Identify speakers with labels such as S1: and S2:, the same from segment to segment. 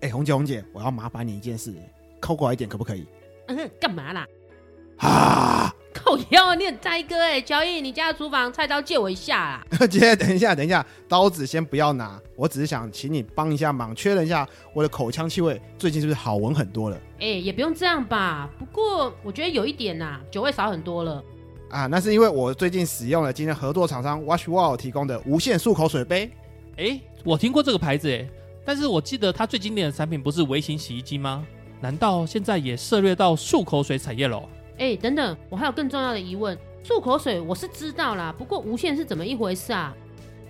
S1: 哎、红姐红姐，我要麻烦你一件事，靠过来一点可不可以？
S2: 嗯，干嘛啦？
S1: 啊！
S2: 靠腰，你很呆哥哎、乔伊，你家的厨房菜刀借我一下啦。
S1: 姐，等一下，等一下，刀子先不要拿，我只是想请你帮一下忙，确认一下我的口腔气味最近是不是好闻很多了
S2: 哎、也不用这样吧。不过我觉得有一点呐、酒味少很多了。
S1: 啊？那是因为我最近使用了今天合作厂商 Wash Wall 提供的无线漱口水杯。
S3: 哎，我听过这个牌子哎，但是我记得它最经典的产品不是微型洗衣机吗？难道现在也涉略到漱口水产业了？
S2: 哎、等等，我还有更重要的疑问。漱口水我是知道啦，不过无线是怎么一回事啊？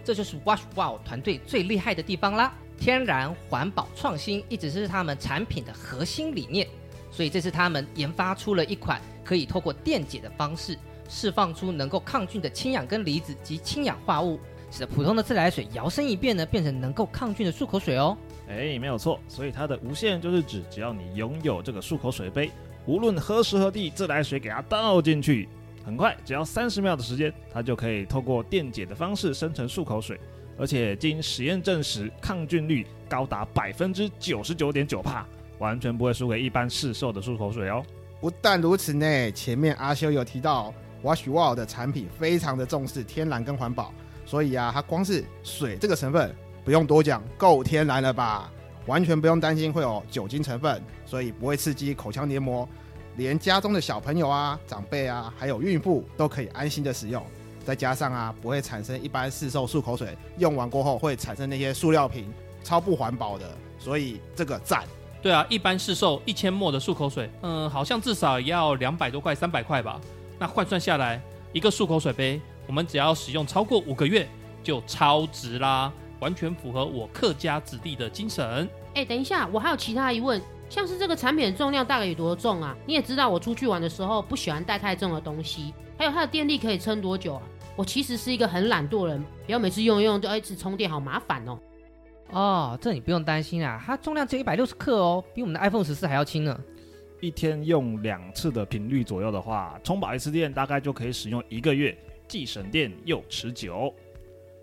S4: 这就是 Wash Wow 团队最厉害的地方啦！天然环保创新一直是他们产品的核心理念，所以这次他们研发出了一款可以透过电解的方式，释放出能够抗菌的氢氧根离子及氢氧化物，使得普通的自来水摇身一变呢，变成能够抗菌的漱口水哦。
S5: 哎，没有错，所以它的无限就是指，只要你拥有这个漱口水杯，无论何时何地，自来水给它倒进去，很快，只要三十秒的时间，它就可以透过电解的方式生成漱口水，而且经实验证实，抗菌率高达百分之九十九点九帕，完全不会输给一般市售的漱口水哦。
S1: 不但如此呢，前面阿修有提到 Wash Wall 的产品非常的重视天然跟环保，所以啊，它光是水这个成分不用多讲，够天然了吧？完全不用担心会有酒精成分，所以不会刺激口腔黏膜，连家中的小朋友啊、长辈啊，还有孕妇都可以安心的使用。再加上啊，不会产生一般市售漱口水用完过后会产生那些塑料瓶，超不环保的，所以这个赞。
S3: 对啊，一般市售一千沫的漱口水，嗯，好像至少也要两百多块、三百块吧。那换算下来，一个漱口水杯，我们只要使用超过五个月，就超值啦，完全符合我客家子弟的精神。
S2: 哎、等一下，我还有其他疑问，像是这个产品的重量大概有多重啊？你也知道我出去玩的时候不喜欢带太重的东西，还有它的电力可以撑多久啊？我其实是一个很懒惰的人，不要每次用一用就哎要一直充电，好麻烦哦。
S4: 哦，这你不用担心啊，它重量只有一百六十克哦，比我们的 iPhone 十四还要轻呢。
S5: 一天用两次的频率左右的话，充饱一次电大概就可以使用一个月，既省电又持久。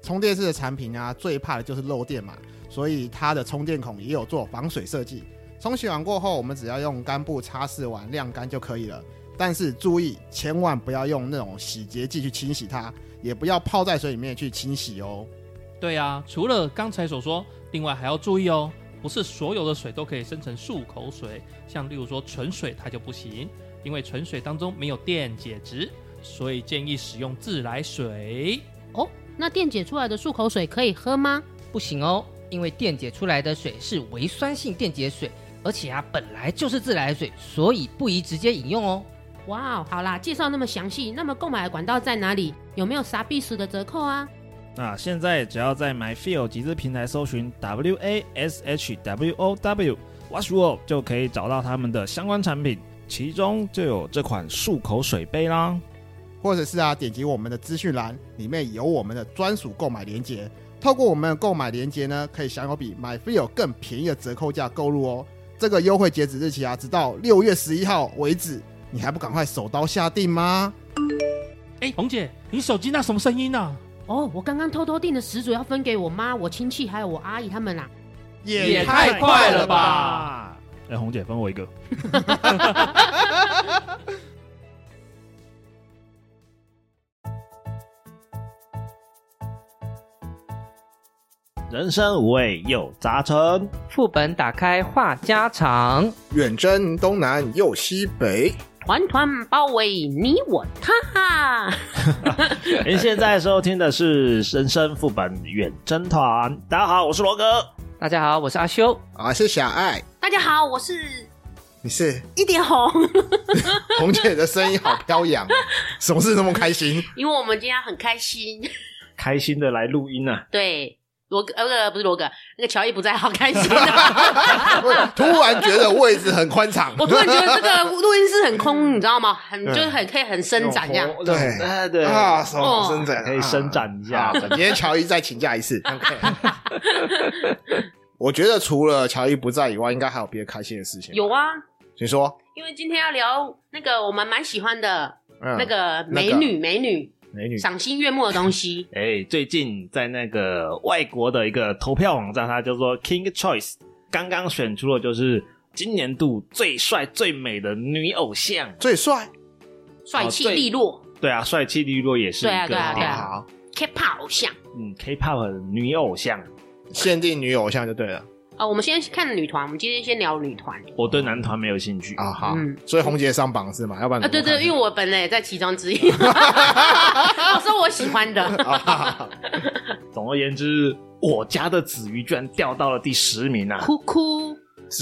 S1: 充电式的产品啊，最怕的就是漏电嘛，所以它的充电孔也有做防水设计。冲洗完过后，我们只要用干布擦拭完晾干就可以了。但是注意，千万不要用那种洗洁剂去清洗它，也不要泡在水里面去清洗哦。
S3: 对啊，除了刚才所说，另外还要注意哦，不是所有的水都可以生成漱口水，像例如说纯水它就不行，因为纯水当中没有电解质，所以建议使用自来水。
S2: 那电解出来的漱口水可以喝吗？
S4: 不行哦，因为电解出来的水是微酸性电解水，而且啊本来就是自来水，所以不宜直接饮用哦。
S2: 哇哦，好啦，介绍那么详细，那么购买的管道在哪里？有没有啥必死的折扣啊？
S5: 那现在只要在 MyFeel 集资平台搜寻 W A S H W O W Washwo 就可以找到他们的相关产品，其中就有这款漱口水杯啦。
S1: 或者是啊，点击我们的资讯栏，里面有我们的专属购买链接。透过我们的购买链接呢，可以享有比 MyFeel 更便宜的折扣价购入哦。这个优惠截止日期啊，直到六月十一号为止，你还不赶快手刀下定吗？
S3: 哎，红姐，你手机那什么声音啊？
S2: 哦，我刚刚偷偷订的十组要分给我妈、我亲戚还有我阿姨他们啦。
S3: 也太快了吧！
S5: 哎，红姐分我一个。 人生无味又杂陈，
S4: 副本打开话家常，
S6: 远征东南又西北，
S2: 团团包围你我他，
S5: 您现在收听的是《人生副本远征团》。大家好，我是罗哥。
S4: 大家好，我是阿修。
S6: 啊是小爱，
S7: 大家好，我是
S6: 你是
S7: 一点红，
S6: 红姐的声音好飘扬，什么事那么开心？
S7: 因为我们今天很开心。
S5: 开心的来录音啊！
S7: 对，罗哥呃不是不是罗哥，那个乔伊不在，好开 心啊！
S6: 突然觉得位置很宽敞，
S7: 我突然觉得这个录音室很空，你知道吗？很
S6: 嗯
S7: 就是很可以很伸展这样。
S6: 对
S5: 哎对
S6: 啊，手伸展
S5: 哦可以伸展一下
S6: 啊。今天乔伊再请假一 次。我觉得除了乔伊不在以外，应该还有别的开心的事情。
S7: 有，啊，
S6: 你说，
S7: 因为今天要聊那个我们蛮喜欢的
S6: 嗯，
S7: 那个美
S6: 那
S7: 女美女
S5: 美女
S7: 赏心悦目的东西。
S5: 哎，最近在那个外国的一个投票网站，它叫做 King Choice，刚刚选出了就是今年度最帅最美的女偶像。
S1: 最帅
S2: 帅气
S5: 嗯哦对
S2: 利落
S5: 对啊，帅气利落也是一
S2: 对啊
S5: 个
S2: 对啊对啊
S5: 好
S2: ，K-pop 偶像
S5: 嗯，K-pop 的女偶像，
S1: 限定女偶像就对了
S2: 啊。我们先看女团，我们今天先聊女团
S5: 我对男团没有兴趣
S1: 啊。好，
S2: 嗯
S1: 所以红姐上榜是吗？要不然
S2: 啊。对对，因为
S1: 为
S2: 我本人也在其中之一， 我说我喜欢的。
S5: 哦总而言之，我家的子瑜居然掉到了第十名啊！
S2: 哭哭，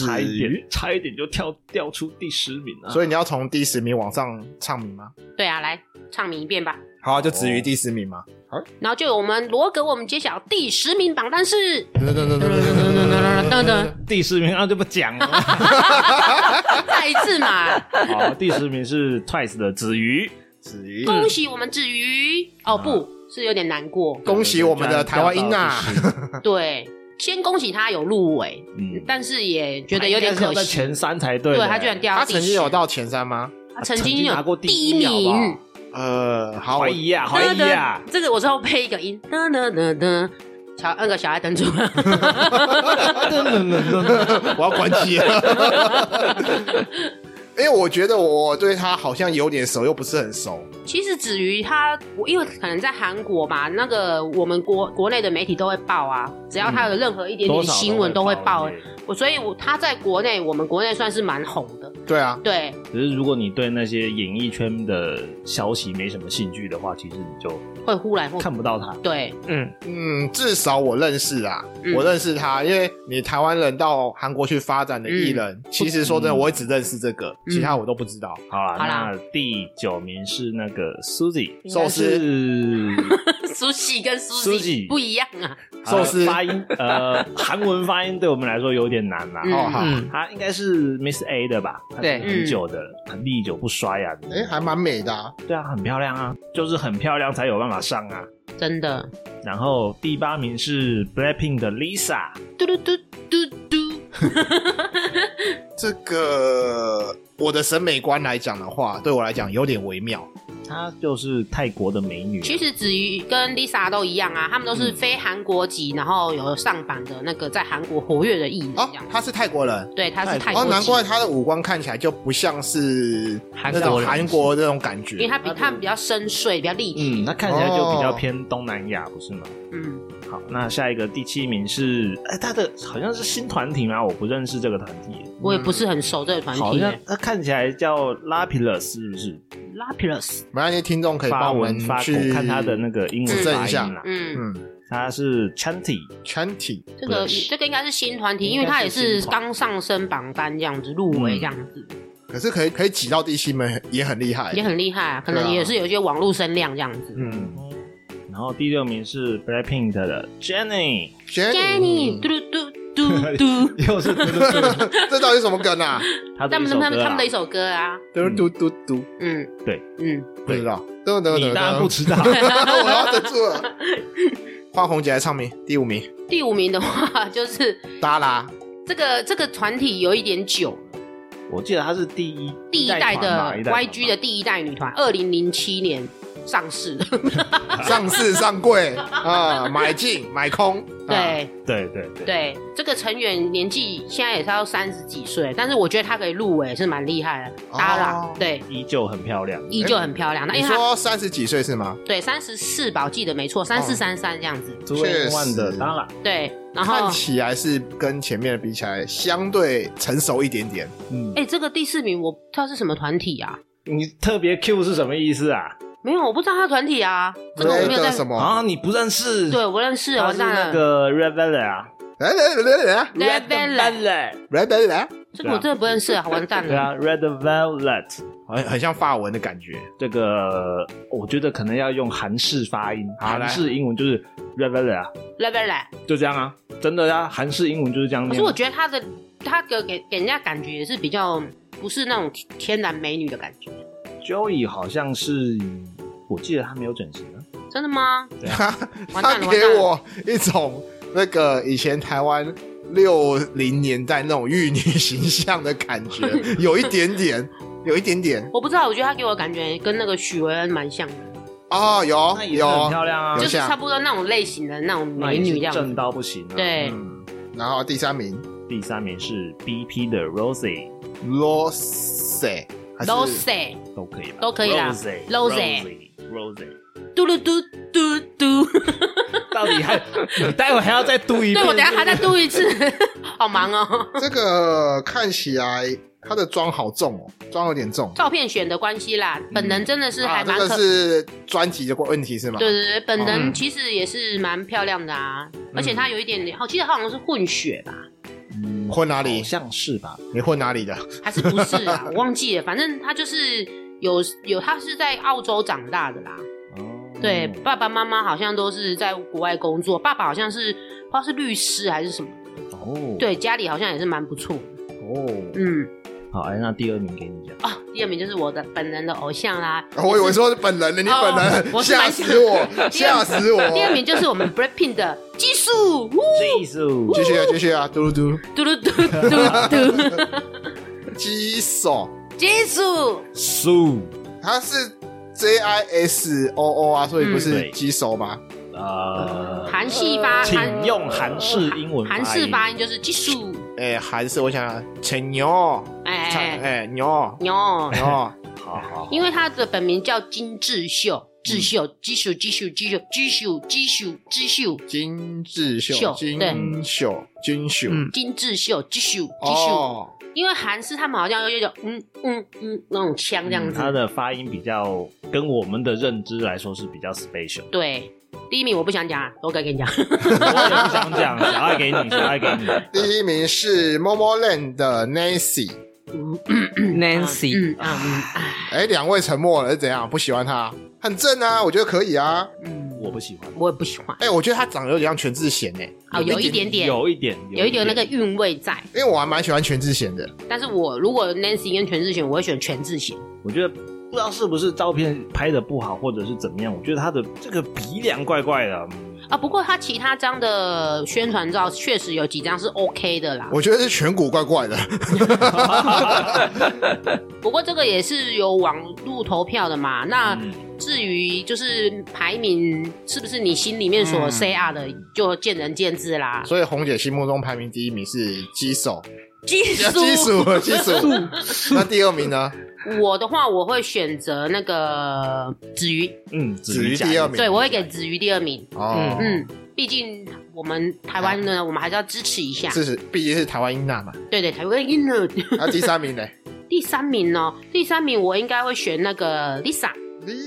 S5: 差一
S1: 子瑜，
S5: 点，差一点就跳掉出第十名啊！
S1: 所以你要从第十名往上唱名吗？
S2: 对啊，来唱名一遍吧。
S1: 好啊，就子瑜第十名嘛。
S2: 然后就有我们罗格，我们揭晓第十名榜单是
S1: 噔噔噔噔噔噔噔噔噔
S5: 第十名啊就不讲了。
S2: 再一次嘛，
S5: 好，第十名是 Twice 的子瑜，
S1: 子瑜，
S2: 恭喜我们至于哦
S5: 嗯
S2: 不是有点难过，
S1: 恭喜我们的台湾啊英 娜，
S5: 居然掉到第十
S2: 对，先恭喜他有入围，
S5: 嗯
S2: 但是也觉得有点可
S5: 他应该是要在
S2: 惜，
S5: 前三才对
S2: 对
S5: 的。
S2: 他居然掉
S1: 她
S2: 到第
S1: 曾
S2: 十，
S1: 经有到前三吗？
S2: 他曾
S5: 曾
S2: 经
S5: 经拿过
S2: 有
S5: 第
S2: 第
S5: 一名好不好
S2: 名，
S1: 呃，好，
S5: 怀
S1: 我
S5: 疑啊，怀疑啊！
S2: 这个我之后配一个音，噔噔噔噔，小那个小爱登出了，
S1: 我要关机了。 因为我觉得我对他好像有点熟，又不是很熟。
S2: 其实子瑜他，我因为可能在韩国吧，那个我们国国内的媒体都会报啊，只要他有任何一点点
S5: 嗯多
S2: 的
S5: 少
S2: 新闻都会报
S5: 一。点
S2: 我所以我他在国内，我们国内算是蛮红的，
S1: 对啊，
S2: 对
S5: 只是如果你对那些演艺圈的消息没什么兴趣的话，其实你就
S2: 会忽然或
S5: 看不到他。
S2: 对
S5: 嗯，
S1: 嗯，至少我认识啊，
S2: 嗯
S1: 我认识他，因为你台湾人到韩国去发展的艺人，其实说真的，
S5: 嗯
S1: 我只认识这个，其他我都不知道。
S5: 好啦，
S2: 好啦
S5: 那第九名是那个 Suzy
S1: 寿司
S5: 是
S2: 苏西跟苏
S5: 苏西
S2: 西不一样啊，
S1: 寿司
S5: 呃发音，呃，韩文发音对我们来说有点难啦。
S2: 嗯
S1: 哦，好，
S4: 嗯，
S5: 他应该是 Miss A 的吧？她
S4: 对
S5: 很久的，很历久不衰呀、啊。
S1: 哎、还蛮美的、啊，
S5: 对啊，很漂亮啊，就是很漂亮才有办法上啊。
S2: 真的，
S5: 然后第八名是 Blackpink 的 Lisa，
S2: 嘟嘟嘟嘟嘟，
S1: 这个我的审美观来讲的话，对我来讲有点微妙。
S5: 她就是泰国的美女啊、
S2: 其实子瑜跟 Lisa 都一样啊，他们都是非韩国籍，然后有上榜的那个在韩国活跃的艺人，
S1: 哦
S2: 这样，
S1: 他是泰国人。
S2: 对，嗯他是泰国
S1: 哦，
S2: 籍，
S1: 难怪他的五官看起来就不像是
S5: 韩
S1: 那
S5: 国
S1: 种
S5: 人
S1: 韩国那种感
S2: 因为
S1: 觉。
S2: 他比他比较深邃，比较立体，
S5: 嗯，她看起来就比较偏东南亚，不是吗？
S2: 嗯，
S5: 好，那下一个第七名是，哎、她的好像是新团体吗？我不认识这个团体，
S2: 我也不是很熟这个团
S5: 好
S2: 体、
S5: 像
S2: 欸。
S5: 她看起来叫 Lapilus，是不是？
S2: Lapilus，
S1: 没关系，听众可以
S5: 发
S1: 帮我们
S5: 文发
S1: 去
S5: 看她的那个英文
S1: 指
S5: 发
S1: 正一
S5: 音
S1: 下
S5: 啦。
S2: 嗯，
S1: 嗯
S5: 她是 Chanty，
S1: 全体
S2: 这个这个应该是新团体，因为他也是刚上升榜单这样子入围这样子，
S1: 可是可以可以挤到第七名也很厉害，
S2: 也很厉害啊，可
S1: 对
S2: 能
S1: 啊
S2: 也是有一些网络声量这样子。
S1: 嗯
S5: 然后第六名是 Blackpink 的 Jennie，
S1: 哎
S2: Jenny 嘟嘟嘟 嘟，
S5: 又是嘟嘟嘟
S1: 这到底什么梗 啊？
S5: 他的
S2: 他
S5: 一
S2: 们
S5: 首歌
S2: 他
S5: 啦
S2: 们他们的一首歌啊，
S1: 嘟嘟嘟嘟，
S2: 嗯，
S5: 对，
S2: 嗯，
S1: 不知道，噔噔
S5: 你
S1: 噔
S5: 当然
S1: 噔，
S5: 不知道，
S1: 我要忍住了。花红姐来唱名，第五名，
S2: 第五名的话就是
S1: 达拉，
S2: 这个这个团体有一点久，
S5: 我记得他是第一
S2: 第一代
S5: 代团吧
S2: 的
S5: 一代团吧
S2: YG 的第一代女团，二零零七年上市的，
S1: 上市上柜啊，买进买空，啊，
S2: 对。
S5: 对对对，
S2: 对，这个成员年纪现在也是要三十几岁，但是我觉得她可以入围是蛮厉害的。
S1: 哦
S2: 当然、对，
S5: 依旧很漂亮。
S2: 依旧很漂亮。那、
S1: 你
S2: 因为她
S1: 说三十几岁是吗？
S2: 对三十四吧，我记得没错，三四三三这样子。
S5: 朱
S1: 确
S5: 万
S1: 实
S5: 的当然，
S2: 对，然后
S1: 看起来是跟前面的比起来，相对成熟一点点。
S5: 嗯，
S2: 哎、这个第四名我不知道是什么团体啊？
S5: 你特别 Q 是什么意思啊？
S2: 没有，我不知道他团体啊，这个我没有哦在
S1: 什。么？
S5: 啊，你不认识？
S2: 对，，我不认识，啊
S5: 他
S2: 我
S5: 是
S2: 当
S5: 那
S2: 然。
S5: 个 Red Velvet 啊
S1: 哎来来来来
S2: Red Velvet，
S5: Velvet，
S1: 来来来，
S2: 这个我真的不认识，啊，完蛋
S5: 对
S2: 了。
S5: 啊，Red Velvet，
S1: 很很像法文的感觉。
S5: 这个我觉得可能要用韩式发音，
S1: 好来
S5: 韩式英文就是 Red Velvet 啊，
S2: Red Velvet，
S5: 就这样啊，真的啊，韩式英文就是这样
S2: 可
S5: 念啊。
S2: 是我觉得他的他给给给人家感觉也是比较不是那种天然美女的感觉，
S5: Joey 好像是，我记得他没有整形啊。
S2: 真的吗？完
S1: 他
S2: 蛋了
S1: 给我一种那个以前台湾六零年代那种玉女形象的感 觉，有一点点，有一点点
S2: 我不知道，我觉得他给我的感觉跟那个许维恩蛮像的，
S1: 哦，有
S5: 那也是很
S1: 有。
S5: 漂亮啊，
S1: 有
S2: 就是
S1: 像
S2: 差不多那种类型的那种
S5: 那
S2: 美
S5: 也
S2: 女
S5: 是
S2: 这样
S5: 正
S2: 子。
S1: 嗯
S5: 到不行啊。
S2: 对，
S1: 嗯，然后第三名
S5: 第三名是 BP 的 Rosie，
S1: Rose 还是
S2: 都塞
S5: 都可以吧？
S2: 都可以啦
S5: Rosie
S2: Rosie
S5: Rosie，
S2: 嘟噜嘟嘟嘟，
S5: 到底还你待会还要再嘟一
S2: 对
S5: 遍？
S2: 我等一下还再嘟一次， 好忙哦。
S1: 这个看起来它的妆好重哦，妆有点重。
S2: 照片选的关系啦，本人真的是还
S1: 啊，这
S2: 蛮
S1: 个
S2: 可。
S1: 是专辑的问题是吗？
S2: 对对对，本人
S1: 嗯
S2: 其实也是蛮漂亮的啊，而且她有一点，我记得她好像是混血吧，
S5: 嗯
S1: 混哪
S5: 好
S1: 里？
S5: 像是吧？
S1: 你混哪里的？
S2: 还是不是 啊？我忘记了，反正她就是有有，她是在澳洲长大的啦。
S5: 哦，
S2: 对，爸爸妈妈好像都是在国外工作，爸爸好像是不知道是律师还是什么，
S5: 哦，，
S2: 对，家里好像也是蛮不错。
S5: 哦，
S2: 嗯，
S5: 好，哎，那第二名给你讲，
S2: 啊，第二名就是我的本人的偶像 啦，
S1: 哦我以为说是本人的，你
S2: 哦
S1: 本人
S2: 我是蛮
S1: 吓死我，
S2: 第
S1: 吓
S2: 二
S1: 死我！
S2: 第二名就是我们 Blackpink 的激素，呜
S5: 技术
S1: 继续啊，继续啊，嘟嘟
S2: 嘟噜嘟嘟嘟，
S1: 嘟，鸡手，
S2: 激素，
S5: 数
S1: 它是 J I S O O 啊，所以不
S5: 嗯
S1: 是
S5: 对
S1: 鸡手吗？
S5: 啊，
S2: 韩系发
S5: 请
S2: 韩
S5: 用韩式英文
S2: 韩式发音就是激素，
S1: 哎，还是我想啊，请牛，
S2: 哎哦哎
S1: 哎牛
S2: 牛，
S1: 牛，
S5: 好好，
S2: 因为他的本名叫金智秀，智秀，激素，激素，激素，激素，激素，激素，
S1: 金智
S2: 秀
S1: 秀，金
S2: 对
S1: 秀，金秀，
S8: 嗯
S2: 金智秀，激素，激素。
S1: 哦，
S2: 因为韩式他们好像有一种嗯嗯嗯那种腔这样
S5: 嗯
S2: 子。
S5: 它的发音比较跟我们的认知来说是比较 special。
S2: 对，第一名我不想讲啊，我改给你讲。
S5: 我也不想讲，小爱给你，小爱给你。
S1: 第一名是 Momo Land 的 Nancy，
S8: Nancy，
S2: 嗯啊嗯啊
S1: 哎，两位沉默了是怎样？不喜欢他？很正啊，我觉得可以啊。
S2: 嗯，
S5: 我不喜欢，
S2: 我也不喜欢
S1: 哎、我觉得他长得有点像全智贤哎、
S2: 啊，有一点点，
S5: 有一点，
S2: 有一点那个韵味在。
S1: 因为我还蛮喜欢全智贤的。
S2: 但是我如果 Nancy 跟全智贤，我会选全智贤。
S5: 我觉得不知道是不是照片拍的不好，或者是怎么样，我觉得他的这个鼻梁怪怪的。
S2: 啊，不过他其他张的宣传照确实有几张是 OK 的啦。
S1: 我觉得是颧骨怪怪的，
S2: 不过这个也是有网路投票的嘛。那
S5: 嗯
S2: 至于就是排名是不是你心里面所
S1: 嗯
S2: CR 的，就见仁见智啦。
S1: 所以红姐心目中排名第一名是鸡手，
S2: 技
S1: 啊
S2: 术
S1: 鸡鼠，鸡鼠。那第二名呢？
S2: 我的话，我会选择那个子瑜，
S5: 嗯，
S1: 子瑜第二名
S2: 对我会给子瑜第二名。
S1: 哦，
S2: 嗯，毕竟我们台湾呢，我们还是要支持一下。
S1: 这是毕竟是台湾英娜嘛。
S2: 对对，台湾赢了。
S1: 那第三名呢
S2: 第三名呢、第三名我应该会选那个 Lisa，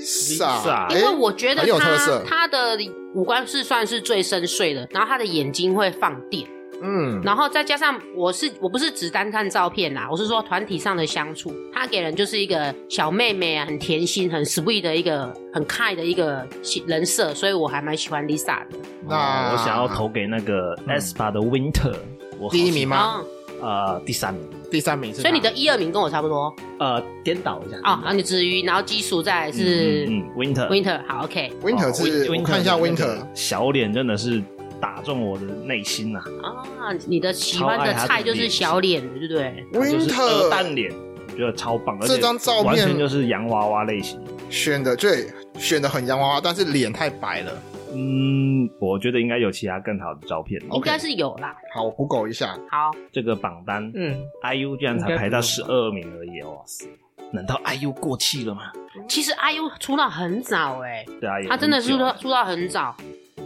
S1: ？Lisa，
S2: 因为我觉得
S1: 很有特
S2: 她
S1: 色
S2: 她的五官是算是最深邃的，然后她的眼睛会放电，
S1: 嗯，
S2: 然后再加上我是我不是只单看照片啦，我是说团体上的相处，她给人就是一个小妹妹啊，很甜心、很 sweet 的一个很 kind 的一个人设，所以我还蛮喜欢 Lisa 的。
S1: 那
S5: 哦
S1: 嗯
S5: 我想要投给那个 aespa 的 Winter，我好
S1: 第一名吗？
S2: 哦，
S5: 呃第三名，
S1: 第三名是哪。
S2: 所以你的一二名跟我差不多
S5: 呃颠倒一下
S2: 啊，然后你至于，然后基数再来是
S5: 嗯嗯嗯 Winter 哦
S2: Winter，好 OK，
S1: Winter 是，我看一下 Winter，
S5: 小脸真的是打中我的内心啊，
S2: 啊，你的喜欢的菜就是小脸，对不对？
S5: 它就是鹅
S1: Winter
S5: 蛋脸，我觉得超棒，而
S1: 这
S5: 且
S1: 张照片
S5: 完全就是洋娃娃类型。
S1: 选的对，选的很洋娃娃，但是脸太白了。
S5: 嗯，我觉得应该有其他更好的照片。
S2: 应
S1: OK
S2: 该是有啦。
S1: 好，我 Google 一下，
S2: 好，
S5: 这个榜单
S8: 嗯，
S5: ，IU 居然才排到
S8: 应
S5: 十二名而已，哇塞！难道 IU 过气了吗？
S2: 其实 IU 出道很早哎、
S5: 对啊，也
S2: 他真的出
S5: 很久
S2: 道出道很早，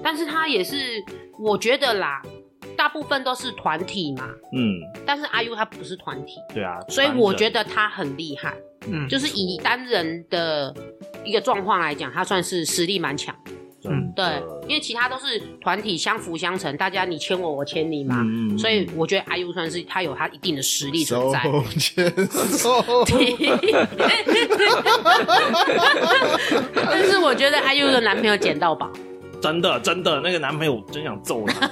S2: 但是他也是我觉得啦，大部分都是团体嘛，
S5: 嗯，
S2: 但是 IU 他不是团体，
S5: 对啊，
S2: 所以我觉
S5: 得
S2: 得他很厉害，
S8: 嗯
S2: 就是以单人的一个状况来讲，他算是实力蛮强。
S5: 嗯
S2: 对，因为其他都是团体相辅相成，大家你牵我，我牵你嘛。
S5: 嗯嗯
S2: 啊所以我觉得 IU 算是他有他一定的实力存
S1: 手
S2: 在。
S1: 牵手。
S2: 但是我觉得 IU 的男朋友捡到宝，
S5: 真的真的那个男朋友真想揍他，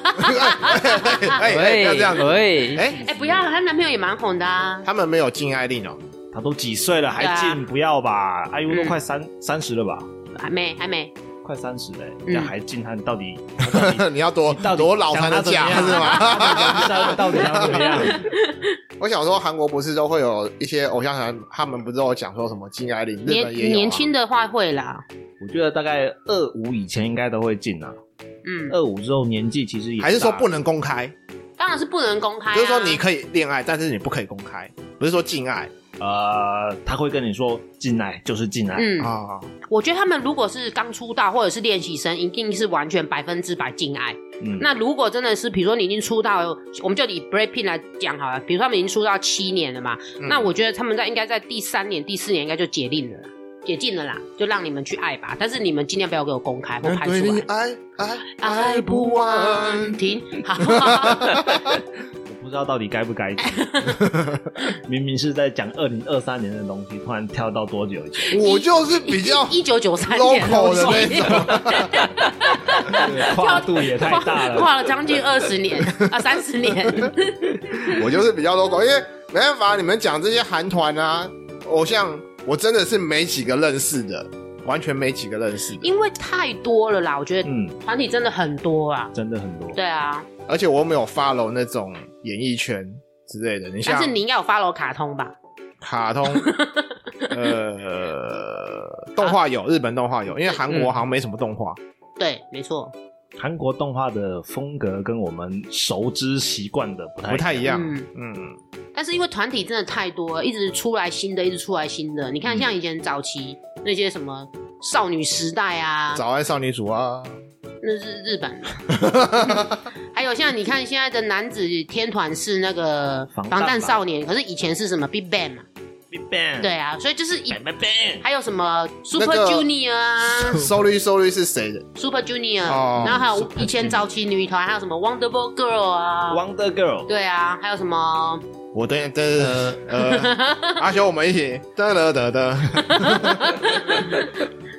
S1: 哎、哎，不要这样子。
S8: 喂，
S1: 哎、
S2: 哎、不要，她男朋友也蛮红的啊。
S1: 他们没有禁爱令哦、
S5: 他都几岁了还
S2: 对啊
S5: 进，不要吧？IU
S2: 嗯
S5: 都快三三十了吧？
S2: 还没，还没，
S5: 快三十嘞，
S2: 嗯
S5: 那还进他 到底
S1: 你要多
S5: 到底
S1: 多老才能嫁
S5: 讲他怎
S1: 是
S5: 么样啊
S1: 吗？
S5: 到底要怎么样？
S1: 我想说，韩国不是都会有一些偶像团，他们不是都有讲说什么禁爱令，日
S2: 年
S1: 本也有、啊、
S2: 年轻的话会啦，
S5: 我觉得大概二五以前应该都会进啊，
S2: 嗯，
S5: 二五之后年纪其实也
S1: 还是说
S5: 大
S1: 不能公开？
S2: 当然是不能公开、啊。
S1: 就是说你可以恋爱，但是你不可以公开，不是说禁爱
S5: 呃，他会跟你说进来就是进来，
S2: 嗯，
S1: 啊。
S2: 我觉得他们如果是刚出道或者是练习生，一定是完全百分之百敬爱。
S5: 嗯，
S2: 那如果真的是，比如说你已经出道，我们就以 Breaking 来讲好了，比如说他们已经出道七年了嘛，
S1: 嗯
S2: 那我觉得他们在应该在第三年、第四年应该就解令了啦，解禁了啦，就让你们去爱吧。但是你们尽量不要给我公开或
S1: 能
S2: 拍
S1: 嗯对
S2: 出
S1: 你
S2: 来，
S1: 爱爱
S2: 爱不完， 停，好，
S5: 我不知道到底该不该讲。明明是在讲二零二三年的东西，突然跳到多久以前？
S1: 我就是比 较
S2: 一九九三年
S1: local 的
S2: 东西
S1: 那种，
S5: 跨度也 太大了。
S2: 跨了将近二十年啊，三十年。
S1: 我就是比较 local，因为没办法，你们讲这些韩团啊、偶像，我真的是没几个认识的，完全没几个认识的。
S2: 因为太多了啦，我觉得
S5: 嗯，
S2: 团体真的很多啊。
S5: 真的很多。
S2: 对啊，
S1: 而且我没有 follow 那种演艺圈之类的。你
S2: 但
S1: 像
S2: 是你应该有 follow 卡通吧？
S1: 卡 通，呃，动画有日本动画有，因为韩
S2: 嗯
S1: 国好像没什么动画。
S2: 对，没错，
S5: 韩国动画的风格跟我们熟知习惯的不太
S1: 不太一样，
S2: 嗯
S1: 嗯，
S2: 但是因为团体真的太多了，一直出来新的，一直出来新的。你
S1: 嗯
S2: 看，像以前早期那些什么少女时代啊，
S1: 早安少女组啊，
S2: 那是日本的。啊还有像你看现在的男子天团是那个
S5: 防弹吧
S2: 防弹少年，可是以前是什么 Big Bang 嘛？
S5: Big Bang，
S2: 对啊，所以就是一
S5: Bang Bang 哎 Bang，
S2: 还有什么 Super
S1: 嗯那个
S2: Junior 啊
S1: 收率收率是谁的？
S2: ，Super Junior，
S1: 哦
S2: 然后还有以前早期女团还有什么 Wonderful Girl 啊
S5: Wonder Girl，
S2: 对啊，还有什么？
S1: 我等等 呃，阿修，我们一起得得得得，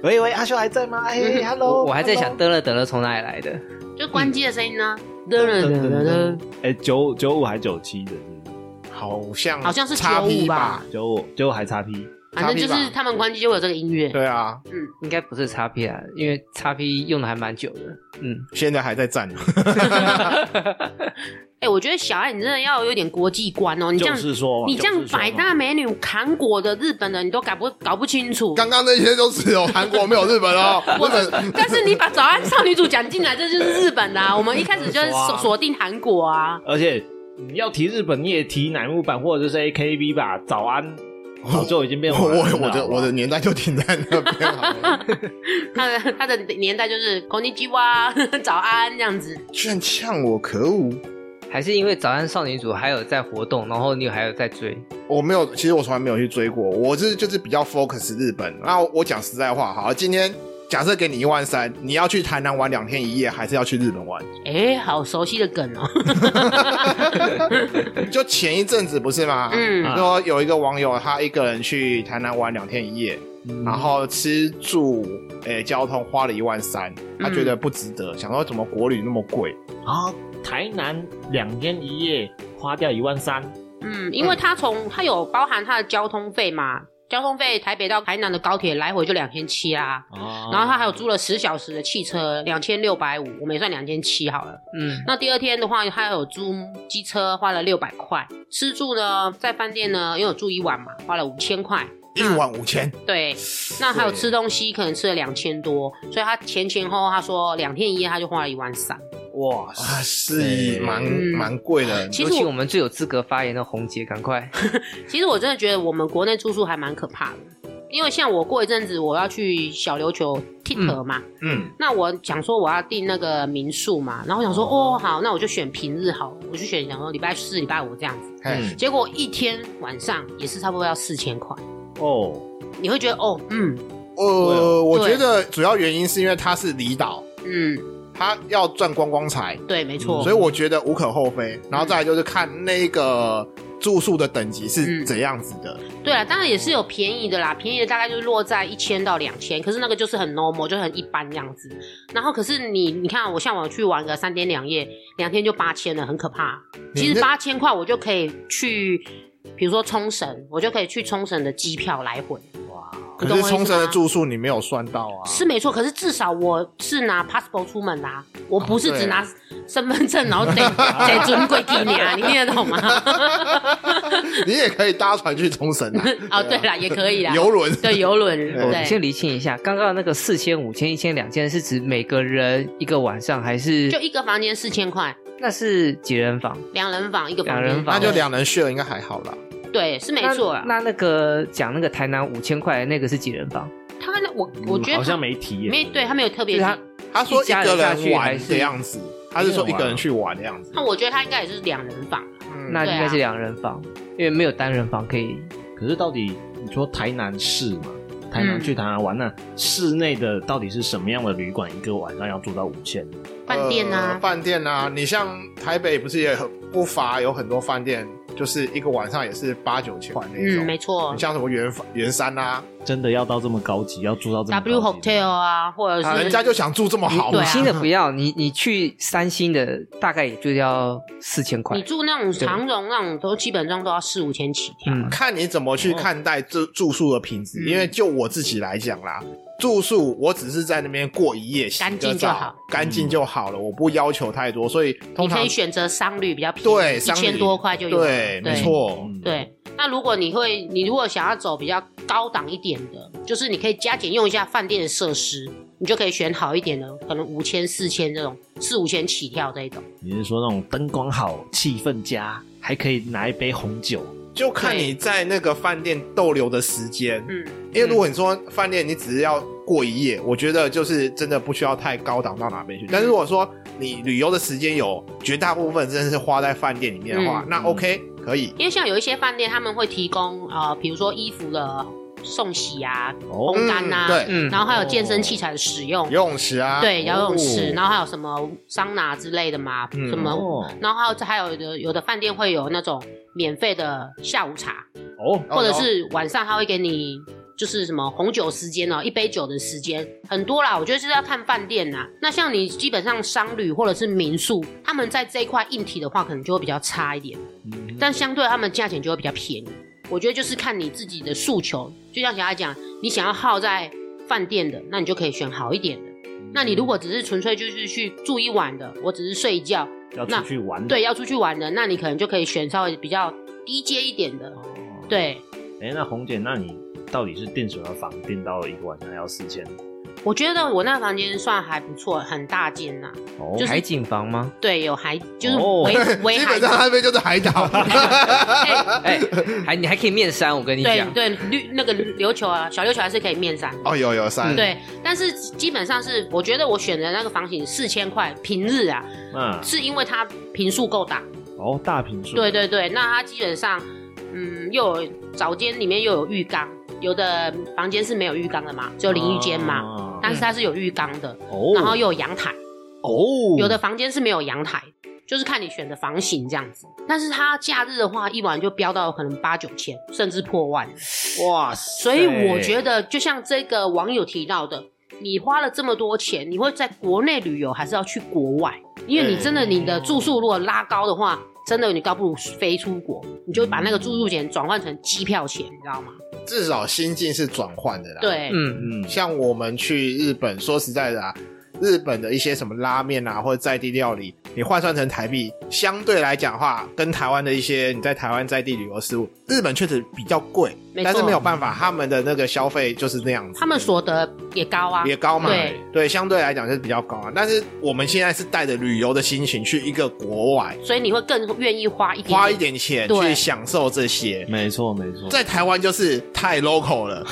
S5: 喂喂，阿修还在吗？哎，Hello，
S1: 哦
S8: 我我还在想，得了得了从哪里来的？嗯
S2: 就关机的声音呢？
S1: 嗯
S5: 哎，九九五还九七的，是不是
S1: 好像
S2: 好像是
S1: 叉
S2: 九五
S1: P
S2: 吧
S1: 吧？
S5: 九五九五还差 P，
S2: 反正就
S1: 叉 P
S2: 是
S1: 吧
S2: 他们关机就会有这个音乐。
S1: 对啊，
S8: 应该不是叉 P 啊，因为叉 P 用的还蛮久的。嗯，
S1: 现在还在站，
S2: 哎、我觉得小爱你真的要有点国际观哦，你这
S5: 就
S2: 样。
S5: 是说嘛，
S2: 你这样
S5: 就是说嘛
S2: 百大美女、韩国的、日本的，你都搞不搞不清楚。
S1: 刚刚那些都只有韩国没有日本 哦，日本
S2: 但是你把早安少女组讲进来，这就是日本的、啊。我们一开始就是锁锁定韩国啊，
S5: 而且你要提日本，你也提乃木坂或者是 AKB 吧。早安，早就已经 变
S1: 我
S5: 晚安了
S1: 我我的
S5: 好不
S1: 我
S5: 好
S1: 的年代就停在那边好了，
S2: 他的他的年代就是こんにちは、早安这样子。
S1: 居然呛我，可恶！
S8: 还是因为早安少女组还有在活动，然后你还有在追。
S1: 我没有，其实我从来没有去追过，我是就是比较 focus 日本。那我讲实在话，好，今天假设给你一万三，你要去台南玩两天一夜，还是要去日本 玩？
S2: 哎、好熟悉的梗哦。
S1: 就前一阵子不是吗？
S2: 嗯
S1: 说有一个网友他一个人去台南玩两天一夜，
S2: 嗯
S1: 然后吃住诶、交通花了一万三，他觉得不值得，想说怎么国旅那么贵？
S5: 啊，台南两天一夜花掉一万三，
S2: 嗯，因为他从他有包含他的交通费嘛，交通费台北到台南的高铁来回就两千七啦。
S5: 啊
S2: 然后他还有租了十小时的汽车，两千六百五，我们也算两千七好了。
S8: 嗯，
S2: 那第二天的话，他还有租机车，花了六百块。吃住呢，在饭店呢，因为我住一晚嘛，花了五千块。
S1: 一晚五千，
S2: 对，那还有吃东西，可能吃了两千多，所以他前前后后他说两天一夜他就花了一万三。
S5: 哇
S1: 啊，是蛮
S2: 嗯
S1: 蛮贵的。
S2: 其
S8: 有
S2: 实
S8: 请我
S2: 我
S8: 们最有资格发言的红姐，赶快！
S2: 其实我真的觉得我们国内住宿还蛮可怕的，因为像我过一阵子我要去小琉球 t i k 嘛，
S1: 嗯，
S2: 那我想说我要订那个民宿嘛，然后想说哦好，那我就选平日好了，我就选想说礼拜四、礼拜五这样子。
S1: 嘿，
S2: 结果一天晚上也是差不多要四千块，
S5: 哦，
S2: 你会觉得哦，嗯
S1: 呃，我
S2: 对
S1: 觉得主要原因是因为它是离岛，
S2: 嗯，
S1: 它要赚观光财，
S2: 对，没错，
S1: 嗯所以我觉得无可厚非。然后再来就是看那个住宿的等级
S2: 嗯
S1: 是怎样子的，
S2: 对啊，当然也是有便宜的啦，便宜的大概就是落在一千到两千，可是那个就是很 normal，就很一般这样子。然后可是你你看，我像我去玩个三天两夜，两天就八千了，很可怕。
S1: 你
S2: 其实
S1: 那
S2: 八千块我就可以去，比如说冲绳，我就可以去冲绳的机票来回。
S5: 哇，
S1: 可
S2: 你懂
S1: 是
S2: 我意思
S1: 冲绳的
S2: 吗
S1: 住宿你没有算到啊，
S2: 是没错，可是至少我是拿 passport 出门啦，我不是
S1: 对啊
S2: 只拿身份证， 然后得得尊贵给你啊，你听得懂吗？，
S1: 你也可以搭船去冲绳啊
S2: 哦，对啦，也可以啦，
S1: 游轮哦
S2: 对游轮，
S1: 对
S4: 我
S2: 对，
S4: 先厘清一下，刚刚那个四千、五千、一千、两千是指每个人一个晚上，还是
S2: 就一个房间四千块，
S4: 那是几人房？
S2: 两人房一个房
S4: 两
S2: 间
S4: 人，
S1: 那
S4: 房
S1: 就两人 share 应该还好啦。
S2: 对，是没错啊。
S4: 那那个讲那个台南五千块的那个是几人房？
S2: 他那我
S1: 嗯
S2: 我觉得
S5: 好
S2: 他
S5: 像没提耶，
S2: 没对嗯他没有特
S4: 就
S2: 别
S4: 是
S2: 提，
S4: 他
S1: 他说
S4: 一家人
S1: 个
S4: 下
S1: 人
S4: 去还
S1: 玩
S4: 是啊
S1: 的样子，他是说一个人去玩的样子。
S2: 那我觉得他应该也是两人房，
S1: 嗯
S4: 哦那
S2: 对啊
S4: 应该是两人房，因为没有单人房可以。
S5: 可是到底你说台南市嘛，台南去台南玩，那市内的到底是什么样的旅馆？一个晚上要住到五千？
S2: 饭店
S1: 呃
S2: 啊，
S1: 饭店啊，你像台北不是也很不乏有很多饭店，就是一个晚上也是八九千块那
S2: 嗯，
S1: 种。
S2: 没错
S1: 你像什么圆圆山啊，
S5: 真的要到这么高级，要住到这么
S2: ，W
S5: 高级
S2: Hotel 啊，或者是
S1: 人家就想住这么好
S4: 五
S2: 对
S1: 嘛
S2: 啊。
S4: 星的不要，你你去三星的大概也就要四千块
S2: 你。住那种长荣那种，都基本上都要四五千起跳。
S4: 嗯，
S1: 看你怎么去看待住住宿的品质，
S2: 哦嗯
S1: 因为就我自己来讲啦，住宿我只是在那边过一夜，洗
S2: 干净
S1: 个澡
S2: 就好，
S1: 干净就好了，我不要求太多，所以
S2: 你
S1: 通
S2: 可
S1: 常
S2: 以选择商旅比较便宜，
S1: 对
S2: 一
S1: 商旅
S2: 千多块就有了。
S1: 对，没错，
S5: 嗯，
S2: 对。那如果你会，你如果想要走比较高档一点的，就是你可以加减用一下饭店的设施，你就可以选好一点的，可能五千、四千这种，四五千起跳这一种。
S5: 你是说那种灯光好、气氛佳，还可以拿一杯红酒？
S1: 就看你在那个饭店逗留的时间。
S2: 嗯，
S1: 因为如果你说饭店你只是要过一夜，我觉得就是真的不需要太高档到哪边去。但
S2: 嗯
S1: 是如果说你旅游的时间有绝大部分真的是花在饭店里面的话，
S2: 嗯
S1: 那 OK 可以。
S2: 因为像有一些饭店他们会提供呃，比如说衣服的送洗啊，
S5: 哦
S2: 烘干啊，
S1: 对，
S4: 嗯
S2: 然后还有健身器材的使用，
S1: 游泳池啊，
S2: 对，游泳池，
S1: 哦
S2: 然后还有什么桑拿之类的嘛，
S1: 嗯
S2: 什么，
S5: 哦
S2: 然后还有还有的有的饭店会有那种免费的下午茶，
S5: 哦，
S2: 或者是晚上他会给你就是什么红酒时间哦，一杯酒的时间很多啦。我觉得是要看饭店啦。那像你基本上商旅或者是民宿，他们在这一块硬体的话，可能就会比较差一点，
S5: 嗯
S2: 但相对他们价钱就会比较便宜。我觉得就是看你自己的诉求，就像小爱讲，你想要耗在饭店的，那你就可以选好一点的。那你如果只是纯粹就是去住一晚的，我只是睡一觉，
S5: 要出去玩，
S2: 对，，要出去玩的，那你可能就可以选稍微比较低阶一点的，对。
S5: 哎，那红姐，那你到底是订什么房？订到一个晚上要四千？
S2: 我觉得我那房间算还不错，很大间呐、
S5: 哦，
S2: 就是
S4: 海景 房吗？
S2: 对，有海，就是
S5: 哦
S2: 围围、
S1: 基
S2: 海
S1: 本上那边就是海 岛。
S4: 哎，还你还可以面山，我 跟你
S2: 对
S4: 讲。
S2: 对，绿那个琉球啊，小琉球还是可以面山。
S1: 哦，有有山，
S2: 对，但是基本上是，我觉得我选的那个房型四千块平日啊，
S5: 嗯，
S2: 是因为它平数够大。
S5: 哦，大平数，
S2: 对，对对，那它基本上，嗯，又有澡间里面又有浴缸，有的房间是没有浴缸的嘛，只有淋浴间嘛，
S5: 嘛
S2: 但是它是有浴缸的，
S5: 啊哦，
S2: 然后又有阳台。
S5: 哦，
S2: 有的房间是没有阳台，就是看你选的房型这样子。但是它假日的话，一晚就飙到可能八九千，甚至破万。
S5: 哇塞，
S2: 所以我觉得，就像这个网友提到的，你花了这么多钱，你会在国内旅游，还是要去国外？因为你真的你的住宿如果拉高的话，真的你倒不如飞出国，你就把那个住宿钱转换成机票钱，你知道吗？
S1: 至少心境是转换的啦。，
S2: 对，
S4: 嗯，
S5: 嗯，
S1: 像我们去日本，说实在的啊，日本的一些什么拉面啊，或者在地料理，你换算成台币，相对来讲的话，跟台湾的一些你在台湾在地旅游事物，日本确实比较贵，
S2: 没错
S1: 但是没有办法，他们的那个消费就是那样子，
S2: 他们所得也高啊，
S1: 也高嘛，
S2: 对
S1: 对，相对来讲是比较高啊。但是我们现在是带着旅游的心情去一个国外，
S2: 所以你会更愿意花一点
S1: 花一点钱
S2: 对
S1: 去享受这些，
S5: 没错没错，
S1: 在台湾就是太 local 了，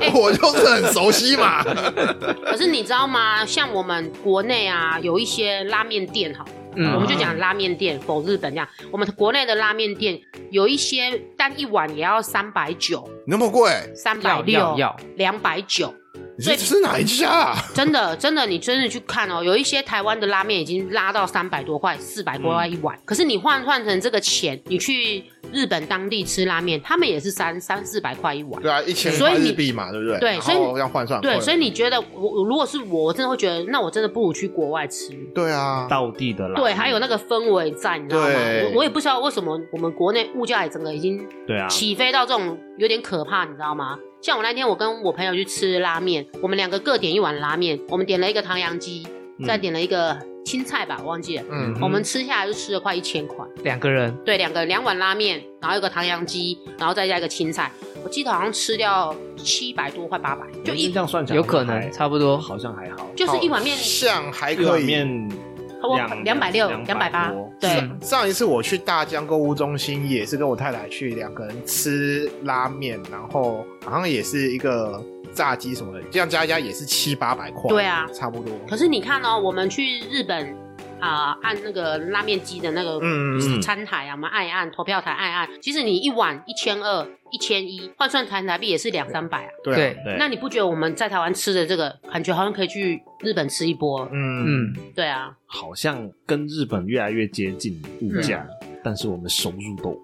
S2: 哎
S1: 我就是很熟悉 嘛。
S2: 可是你知道吗？像我们国内啊，有一些拉面店哈，
S4: 嗯
S2: 我们就讲拉面店，否日本这样，我们国内的拉面店有一些单一碗也要三百九、
S1: 那么贵，
S2: 三百
S4: 要
S2: 六
S4: 要、要，
S2: 两百九，
S1: 你这
S2: 所以
S1: 是哪一家、啊？
S2: 真的真的，你真的去看哦，有一些台湾的拉面已经拉到三百多块、四百多块一
S4: 嗯
S2: 碗，可是你换换成这个钱，你去日本当地吃拉面，他们也是三三四百块一碗。
S1: 对啊，一千
S2: 所以
S1: 块
S2: 你
S1: 日币嘛，对不对？
S2: 对
S1: 然
S2: 所以
S1: 后要换算汇
S2: 对，
S1: 率
S2: 所以你觉得我如果是我，我真的会觉得，那我真的不如去国外吃。
S1: 对啊，
S5: 道地的啦，
S2: 对，还有那个氛围在，你知道吗？
S1: 对
S2: 我我也不知道为什么我们国内物价也整个已经
S5: 对啊，
S2: 起飞到这种有点可怕，你知道吗？像我那天我跟我朋友去吃拉面，我们两个各点一碗拉面，我们点了一个唐扬鸡，再点了一个青菜吧，我忘记了。
S1: 嗯，
S2: 我们吃下来就吃了快一千块，
S4: 两个人
S2: 对，两个两碗拉面，然后一个唐扬鸡，然后再加一个青菜，我记得好像吃掉七百多，快八百，就一
S5: 这样算起来
S4: 有可
S5: 好像
S4: 能
S5: 还
S4: 差不多。
S5: 好像还好，
S2: 就是一碗面
S1: 像还
S5: 一
S1: 可
S5: 碗
S1: 以。
S5: 面
S2: 差不多两百六、两百八，对，
S4: 嗯
S1: 上一次我去大江购物中心，也是跟我太太去，两个人吃拉面，然后好像也是一个炸鸡什么的，这样加一加也是七八百块。
S2: 对啊
S1: 差不多。
S2: 可是你看哦，我们去日本啊、按那个拉面机的那个
S1: 嗯嗯嗯
S2: 餐台啊，我们按一按，投票台按一按，其实你一碗一千二、一千一，换算台台币也是两三百啊。
S1: 对啊
S4: 对，
S5: 对
S2: 那你不觉得我们在台湾吃的这个，感觉好像可以去日本吃一波？
S1: 嗯，
S4: 嗯，
S2: 对啊，
S5: 好像跟日本越来越接近物价，
S2: 嗯
S5: 但是我们收入都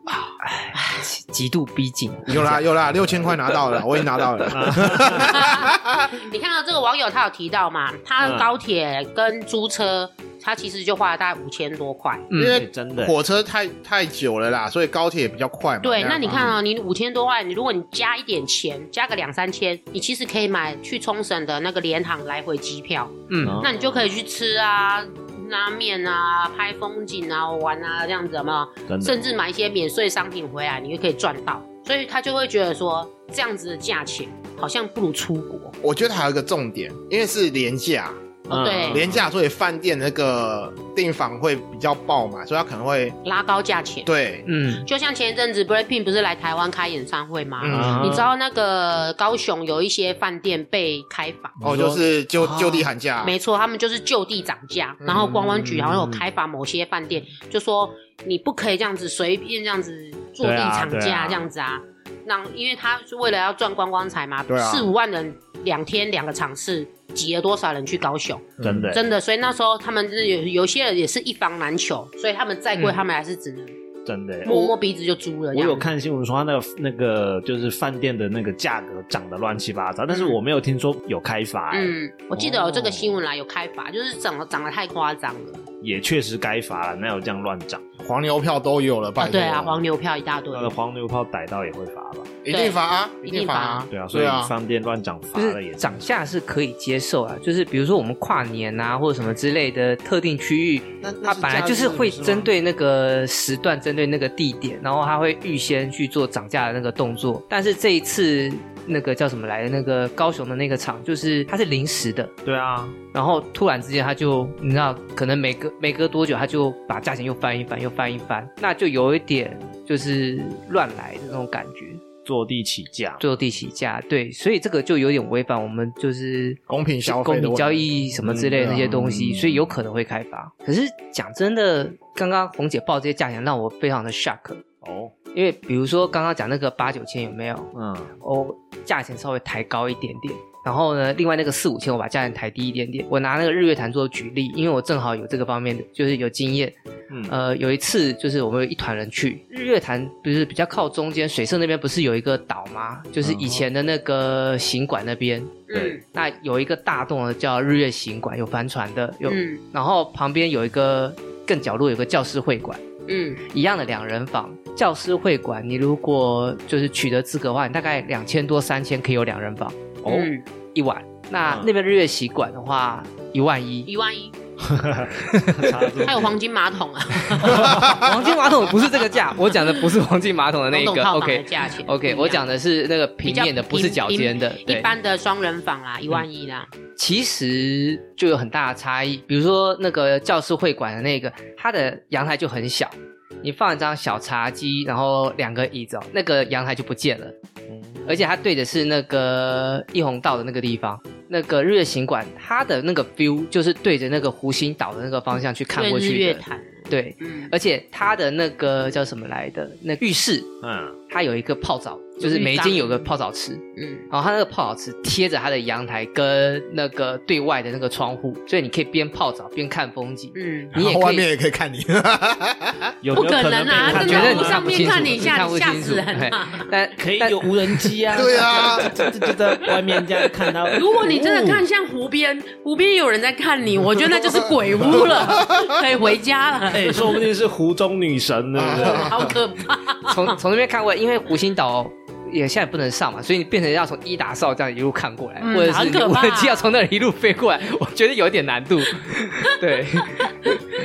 S4: 极极度逼近。
S1: 有啦有啦，六千块拿到了，我已经拿到了。
S2: 你看到这个网友他有提到嘛，他
S5: 嗯
S2: 高铁跟租车，他其实就花了大概五千多块。
S4: 嗯
S1: 因
S5: 对
S1: 为
S5: 哎真的
S1: 火车太太久了啦，所以高铁也比较快嘛。
S2: 对，
S1: 样嗯
S2: 那你看啊、你五千多块，你如果你加一点钱，加个两三千，你其实可以买去冲绳的那个联航来回机票。
S4: 嗯，
S2: 那你就可以去吃啊、拉面啊、拍风景啊、玩啊这样子，有没有？
S5: 真的
S2: 甚至买一些免税商品回来，你就可以赚到。所以他就会觉得说，这样子的价钱好像不如出国。
S1: 我觉得还有一个重点，因为是廉价，
S2: 哦对
S1: 廉价，所以饭店那个订房会比较爆嘛，所以他可能会
S2: 拉高价钱。
S1: 对，
S4: 嗯，
S2: 就像前一阵子 Blackpink 不是来台湾开演唱会吗？
S1: 嗯，
S2: 你知
S5: 啊
S2: 道那个高雄有一些饭店被开罚，
S1: 哦，就是就
S2: 哦
S5: 啊
S1: 就地喊价，
S2: 没错，他们就是就地涨价，
S5: 嗯
S2: 然后观光局好像有开罚某些饭店，就说你不可以这样子随便这样子坐地涨
S5: 对啊对
S2: 价
S5: 啊
S2: 这样子啊。让因为他是为了要赚观光财嘛
S1: 对，啊
S2: 四五、万人两天两个场次，挤了多少人去高雄？
S5: 真的
S2: 真的，所以那时候他们就是有有些人也是一房难求，所以他们再贵，
S4: 嗯
S2: 他们还是只能
S5: 真的。
S2: 摸摸鼻子就租了
S5: 嗯我
S2: 这样。
S5: 有看新闻说，他那个那个就是饭店的那个价格涨得乱七八糟，但是我没有听说有开罚、欸
S2: 嗯，我记得有这个新闻啦，有开罚，就是涨了涨得太夸张了。
S5: 也确实该罚了，哪有这样乱涨？
S1: 黄牛票都有了，拜
S2: 啊，
S1: 托
S2: 对啊，黄牛票一大堆
S5: 哎那。个黄牛炮逮到也会罚吧？
S1: 一定罚啊，
S2: 对
S1: 定啊，
S5: 对啊，所
S1: 对
S5: 以
S1: 啊，
S5: 饭店乱涨罚
S4: 就
S5: 了也
S4: 是涨价是可以接受啊，就是比如说我们跨年啊，或者什么之类的特定区域，
S1: 那
S4: 它本来就是会针，对那个时段、针对那个地点，然后它会预先去做涨价的那个动作。但是这一次那个叫什么来的那个高雄的那个厂，就是它是临时的，
S5: 对啊，
S4: 然后突然之间，他就你知道，可能每隔每隔多久，他就把价钱又翻一翻，又翻一翻，那就有一点就是乱来的那种感觉，
S5: 坐地起价，
S4: 最后地起价。对，所以这个就有点违反我们就是
S1: 公平消费的
S4: 公平
S1: 问题
S4: 交易什么之类的那些东西，
S5: 嗯对啊
S4: 所以有可能会开发。可是讲真的，刚刚红姐报这些价钱让我非常的 shock，
S5: 哦，
S4: 因为比如说刚刚讲那个八九千有没有？
S5: 嗯，
S4: 哦，价钱稍微抬高一点点。然后呢，另外那个四五千，我把价钱抬低一点点。我拿那个日月潭做举例，因为我正好有这个方面的，就是有经验。
S5: 嗯
S4: 呃，有一次就是我们有一团人去日月潭，不是比较靠中间水社那边，不是有一个岛吗？就是以前的那个行馆那边，
S2: 嗯
S4: 那有一个大洞的叫日月行馆，有帆船的，有。
S2: 嗯
S4: 然后旁边有一个更角落有个教师会馆。
S2: 嗯，
S4: 一样的两人房，教师会馆，你如果就是取得资格的话，你大概两千多三千可以有两人房
S5: 哦，
S2: 嗯
S4: 一晚。那
S5: 嗯
S4: 那边日月习馆的话，一万一。
S2: 一 万一，
S5: 差不多
S2: 还有黄金马桶啊，
S4: 黄金马桶不是这个价，我讲的不是黄金马桶的那
S2: 总统
S4: 一个。
S2: 套房的
S4: OK
S2: 价钱。不
S4: OK，
S2: 一样
S4: 我讲的是那个平面的，
S2: 比较
S4: 不是脚尖的。
S2: 一
S4: 对，嗯
S2: 般的双人房啦，一万一啦，
S4: 其实就有很大的差异。比如说那个教师会馆的那个，它的阳台就很小，你放一张小茶几，然后两个椅子、哦，那个阳台就不见了。
S2: 嗯
S4: 而且它对的是那个一红道的那个地方，那个日月行馆，它的那个 view 就是对着那个湖心岛的那个方向去看
S2: 对
S4: 过
S2: 日
S4: 去
S2: 月
S4: 的。呃
S2: 潭，
S4: 对，
S2: 嗯，
S4: 而且它的那个叫什么来的？那浴室，
S5: 嗯，
S4: 它有一个泡澡，就是每一间有个泡澡池。
S2: 嗯，
S4: 然后它那个泡澡池贴着它的阳台跟那个对外的那个窗户，所以你可以边泡澡边看风景。
S2: 嗯，
S4: 你也
S1: 然后
S4: 可
S1: 外
S4: 以
S1: 面也可以看 你，
S5: 有
S2: 不可能啊！
S4: 他
S2: 真
S4: 觉得
S2: 的，
S4: 你
S2: 我上面看你
S4: 看
S2: 吓
S4: 不清
S2: 吓
S4: 楚
S2: 死人啊！
S4: 但
S5: 可以
S4: 但
S5: 有无人机 啊，
S1: 对啊，
S5: 就就在外面这样看到。
S2: 如果你真的看像湖边，湖边有人在看你，我觉得那就是鬼屋 了，可以回家了，
S5: 哎、说不定是湖中女神呢。
S2: 好可怕！
S4: 从从那边看过来，因为湖心岛也现在不能上嘛，所以你变成要从伊达哨这样一路看过来，
S9: 嗯
S4: 或者是
S9: 很
S4: 你
S9: 可
S4: 无
S9: 怕
S4: 人机要从那里一路飞过来， 我觉得有点难度。 对，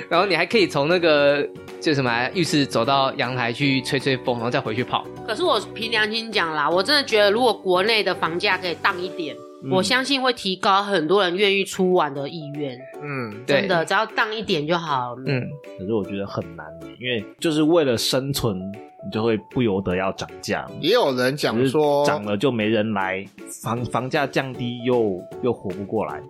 S4: 然后你还可以从那个就什么啊浴室走到阳台去吹吹风，然后再回去泡。
S2: 可是我凭良心讲啦，我真的觉得如果国内的房价可以荡一点，
S4: 嗯
S2: 我相信会提高很多人愿意出玩的意愿。
S1: 嗯，
S4: 对
S2: 真的，只要荡一点就好了。
S4: 嗯，
S5: 可是我觉得很难耶，因为就是为了生存，你就会不由得要涨价嘛。
S1: 也有人
S5: 可
S1: 讲
S5: 是
S1: 说，
S5: 涨了就没人来，房房价降低又又活不过来。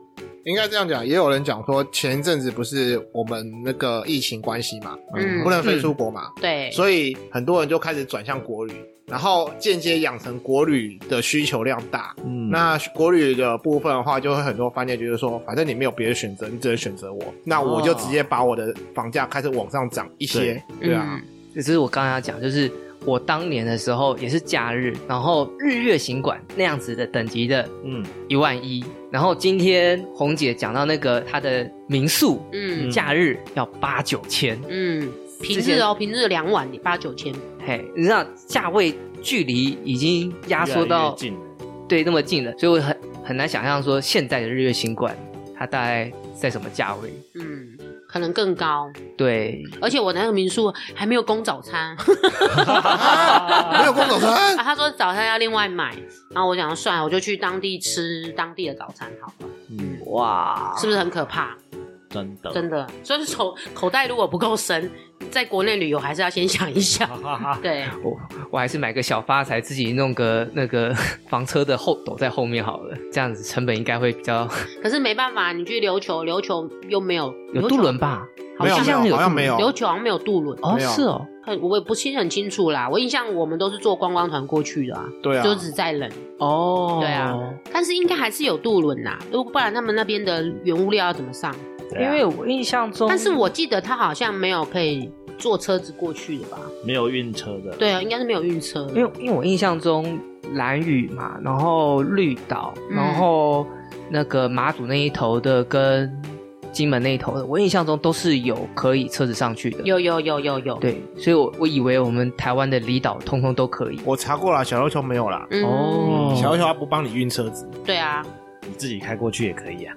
S1: 应该这样讲，也有人讲说，前一阵子不是我们那个疫情关系嘛，
S2: 嗯
S1: 不能飞出国嘛，
S2: 对，
S1: 所以很多人就开始转向国旅，然后间接养成国旅的需求量大。
S5: 嗯，
S1: 那国旅的部分的话，就会很多饭店就是说，反正你没有别的选择，你只能选择我，那我就直接把我的房价开始往上涨一些，对啊，
S4: 这是我刚刚要讲，就是我当年的时候也是假日，然后日月行馆那样子的等级的
S5: 嗯，
S4: 一万一，然后今天红姐讲到那个她的民宿
S2: 嗯
S4: 假日要八九千，
S2: 嗯，平日哦，平日两晚八九千，
S4: 嘿，你知道价位距离已经压缩
S5: 越来
S4: 到
S5: 越近了，
S4: 对那么近了，所以我很很难想象说现在的日月行馆它大概在什么价位。
S2: 嗯，可能更高。
S4: 对，
S5: 嗯
S2: 而且我那个民宿还没有供早餐，
S1: 没有工作餐
S2: 啊，他说早餐要另外买，然后我想算了，我就去当地吃当地的早餐好了，
S5: 嗯，
S4: 哇，
S2: 是不是很可怕？
S5: 真的，
S2: 真的，所以口口袋如果不够深，在国内旅游还是要先想一想。对，
S4: 我我还是买个小发财，自己弄个那个 房车的后斗在后面好了，这样子成本应该会比较
S2: 可是没办法，你去琉球，琉球又没有
S4: 有渡轮？吧？
S2: 好像
S1: 没有没有好像没有
S2: 琉球琉球好像没有渡轮
S4: 哦，
S1: 没有
S4: 是哦，
S2: 很我也不是很清楚啦。我印象我们都是坐观光团过去的啊，
S1: 对啊
S2: 就，只在冷，
S4: 哦，
S2: 对啊，但是应该还是有渡轮啦，如果不然他们那边的原物料要怎么上？
S5: 对
S4: 因
S5: 啊
S4: 为我印象中，
S2: 但是我记得他好像没有可以坐车子过去的吧？
S5: 没有晕车的，
S2: 对啊，应该是没有运车。
S4: 因为因为我印象中蓝屿嘛，然后绿岛，
S2: 嗯
S4: 然后那个马祖那一头的跟金门那一头的，我印象中都是有可以车子上去的。
S2: 有有有有有，
S4: 对，所以我我以为我们台湾的离岛通通都可以。
S1: 我查过了，小琉球没有啦。
S2: 嗯，
S4: 哦
S1: 小琉球他不帮你运车子，
S2: 对啊，
S5: 你自己开过去也可 以啊。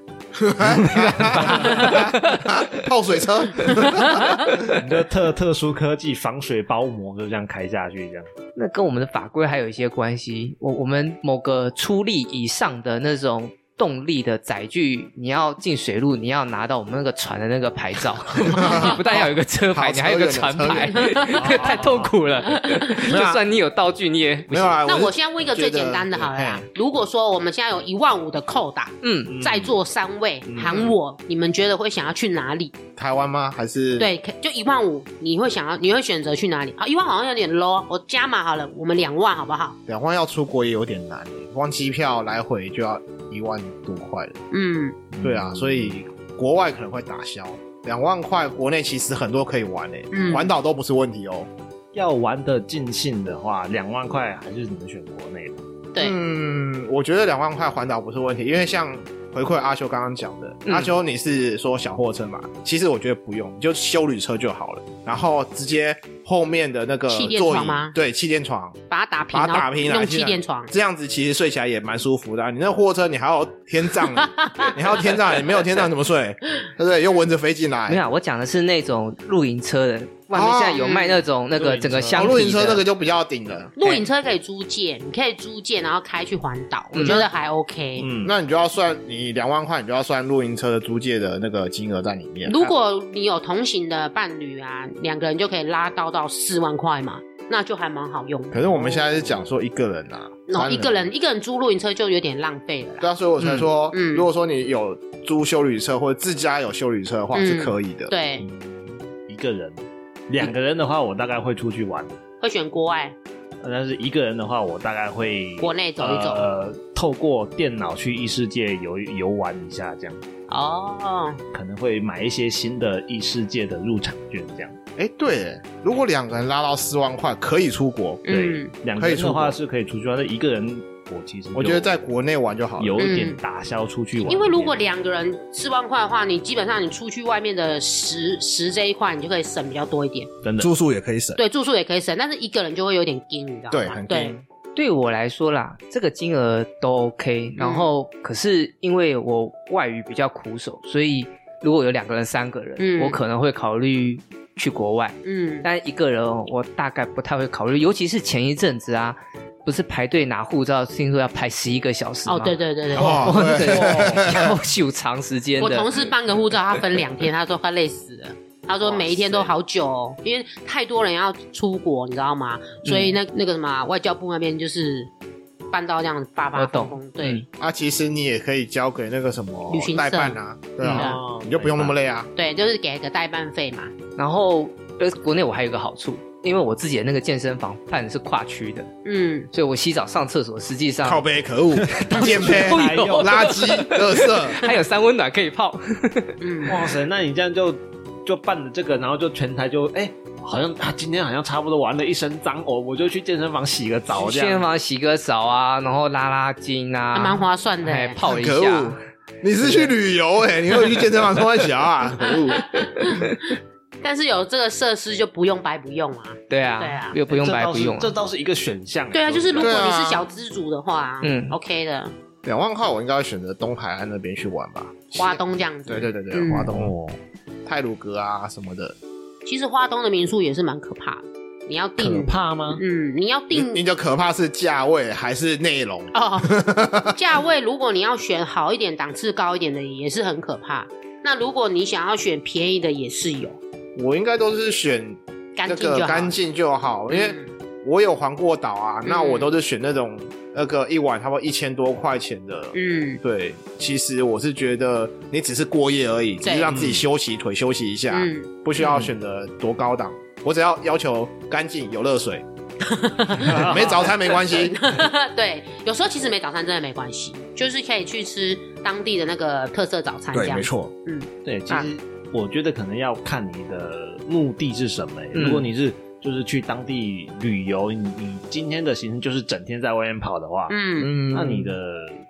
S1: 泡水车，
S5: 你的特特殊科技防水包膜就这样开下去，这样
S4: 那跟我们的法规还有一些关系。我我们某个出力以上的那种动力的载具，你要进水路，你要拿到我们那个船的那个牌 照，你不但要有一个车牌，
S1: 好
S4: 你还有一个船牌， 那个太痛苦 了。就算你有道具，你也
S1: 啊没有啦。
S2: 那
S1: 啊是
S2: 我现在问一个最简单的好了啦
S1: 觉得。
S2: 如果说我们现在有一万五的扣打，
S4: 嗯，
S2: 在座三位喊我，你们觉得会想要去哪里？
S1: 台湾吗？还是
S2: 对，可就一万五，你会想要，你会选择去哪里？啊，一万好像有点 low，我加码好了，我们两万好不好？
S1: 两万要出国也有点难耶，光机票来回就要一万多块了。
S2: 嗯，
S1: 对啊，所以国外可能会打消。两万块，国内其实很多可以玩诶、
S2: 嗯
S1: 环岛都不是问题哦。
S5: 要玩的尽兴的话，两万块还是只能选国内的。
S2: 对
S1: 嗯，我觉得两万块环岛不是问题，因为像回馈阿修刚刚讲的，
S4: 嗯
S1: 阿修你是说小货车嘛？其实我觉得不用，你就修旅车就好了，然后直接后面的那个
S2: 气垫
S1: 座椅
S2: 床吗
S1: 对气垫床，
S2: 把它打平，
S1: 把它打平
S2: 然
S1: 啊
S2: 后用
S1: 现
S2: 气
S1: 在
S2: 垫床。
S1: 这样子其实睡起来也蛮舒服的啊、你那货车你还要天 帐，你还要天帐，你没有天帐怎么睡？对不对？又蚊子飞进来
S4: 没，有啊，我讲的是那种露营车的，外面现在有卖那种那
S5: 露
S4: 个
S5: 营车
S4: 整个
S1: 哦
S4: 箱
S1: 露
S4: 体
S1: 营车那个
S4: 的。
S1: 就比较顶了。
S2: 露营车可以租借，你可以租借，然后开去环岛，我
S4: 嗯
S2: 觉得还 OK。
S5: 嗯，
S1: 那你就要算你两万块，你就要算露营车的租借的那个金额在里面。啊
S2: 如果你有同行的伴侣啊，两个人就可以拉到到四万块嘛，那就还蛮好用
S1: 可
S2: 的。
S1: 是我们现在是讲说一个人啊，
S2: 那
S1: 单
S2: 哦一个人一个人租露营车就有点浪费了啦。
S1: 对啊，所以我才说，
S2: 嗯嗯
S1: 如果说你有租修旅车或者自家有修旅车的话
S2: 嗯
S1: 是可以的。，
S2: 对，
S5: 一个人，两个人的话，我大概会出去玩；
S2: 会选国外，
S5: 但是一个人的话，我大概会
S2: 国内走一走
S5: 呃，透过电脑去异世界游游玩一下，这样
S2: 哦，
S5: 可能会买一些新的异世界的入场券，这样。
S1: 哎，对耶，如果两个人拉到四万块可以出国，
S5: 对
S2: 嗯，
S5: 两
S1: 可
S5: 个
S1: 以
S5: 人
S1: 出国
S5: 的话是可以出去玩，但一个人我其实就
S1: 我觉得在国内玩就好了。
S5: 有一点
S2: 嗯
S5: 打消出去玩，
S2: 因为如果两个人四万块的话，你基本上你出去外面的食食这一块，你就可以省比较多一点。
S5: 真的
S1: 住宿也可以省，
S2: 对，住宿也可以省，但是一个人就会有点惊，你知道吗？
S1: 对，很
S2: 对
S1: 近。
S4: 对我来说啦，这个金额都 OK。然
S2: 嗯
S4: 后，可是因为我外语比较苦手，所以如果有两个人、三个人，
S2: 嗯
S4: 我可能会考虑去国外。
S2: 嗯，
S4: 但一个人哦我大概不太会考虑，尤其是前一阵子啊，不是排队拿护照，听说要排十一个小时吗
S2: 哦，对， 对对对，
S10: 哦
S4: 哇，
S10: 对
S4: 这个要秀长时间
S2: 我
S4: 的
S2: 同。事办个护照，他分两天，他说快累死了。他说每一天都好久、哦，因为太多人要出国，你知道吗？所以那那个什么外交部那边就是办到这样发发
S4: 我懂
S2: 疯疯，对
S1: 啊，其实你也可以交给那个什么
S2: 旅行社
S1: 代办啊，对
S2: 嗯
S1: 啊，
S5: 哦
S1: 你就不用那么累啊。
S2: 对，就是给个代办费嘛。
S4: 然后，呃，国内我还有一个好处，因为我自己的那个健身房办的是跨区的，
S2: 嗯，
S4: 所以我洗澡上厕所实际上
S1: 靠背可 恶，减肥、
S4: 都有
S1: 垃圾、垃 圾，
S4: 还有三温暖可以泡。
S2: 嗯，
S5: 哇塞，那你这样就就办了这个，然后就全台就哎、好像啊，今天好像差不多玩了一身脏哦，我就去健身房洗个澡
S4: 去
S5: 这
S4: 健身
S5: 样。
S4: 房洗个澡啊，然后拉拉筋啊，
S2: 还蛮划算的
S4: 哎，
S2: 欸。
S4: 泡一
S1: 可
S4: 下
S1: 恶。你是去旅游哎、你又去健身房冲小啊？ 可恶！
S2: 但是有这个设施就不用白不用啊。
S4: 对啊，
S2: 对啊
S4: 又不用
S5: 这
S4: 白
S5: 倒
S4: 不
S5: 是
S4: 用啊，
S5: 这倒是一个选项。
S2: 对啊，就是如果
S1: 对
S2: 你
S1: 啊
S2: 是小资族的话，
S4: 嗯
S2: 嗯，OK 的，
S1: 两万块我应该会选择东海岸那边去玩吧。
S2: 花东这样子。
S1: 对对对对，
S2: 嗯
S1: 花
S5: 哦
S1: 东、泰鲁阁啊什么的，
S2: 其实花东的民宿也是蛮可怕的，你要
S5: 可
S2: 订，
S5: 怕吗？
S2: 嗯，你要
S1: 你
S2: 订
S1: 你就可怕是价位还是内容？
S2: 哦， 价位如果你要选好一点、档次高一点的，也是很可怕。那如果你想要选便宜的，也是有，
S1: 我应该都是选
S2: 干
S1: 那
S2: 净
S1: 个
S2: 就好。
S1: 干净就好，因为
S2: 嗯
S1: 我有环过岛啊，
S2: 嗯
S1: 那我都是选那种那个一晚差不多一千多块钱的。
S2: 嗯
S1: 对，其实我是觉得你只是过夜而已，只
S2: 对
S1: 是让自己休息、腿休息一下，
S2: 嗯，
S1: 不需要选择多高档。我只要要求干净、有热 水，没早餐没关系。
S2: 对，有时候其实没早餐真的没关系，就是可以去吃当地的那个特色早餐这样。
S1: 错。
S5: 对，其
S2: 嗯
S5: 实我觉得可能要看你的目的是什么、欸
S4: 嗯
S5: 如果你是就是去当地旅游，你你今天的行程就是整天在外面跑的话，
S2: 嗯
S10: 嗯
S5: 那你的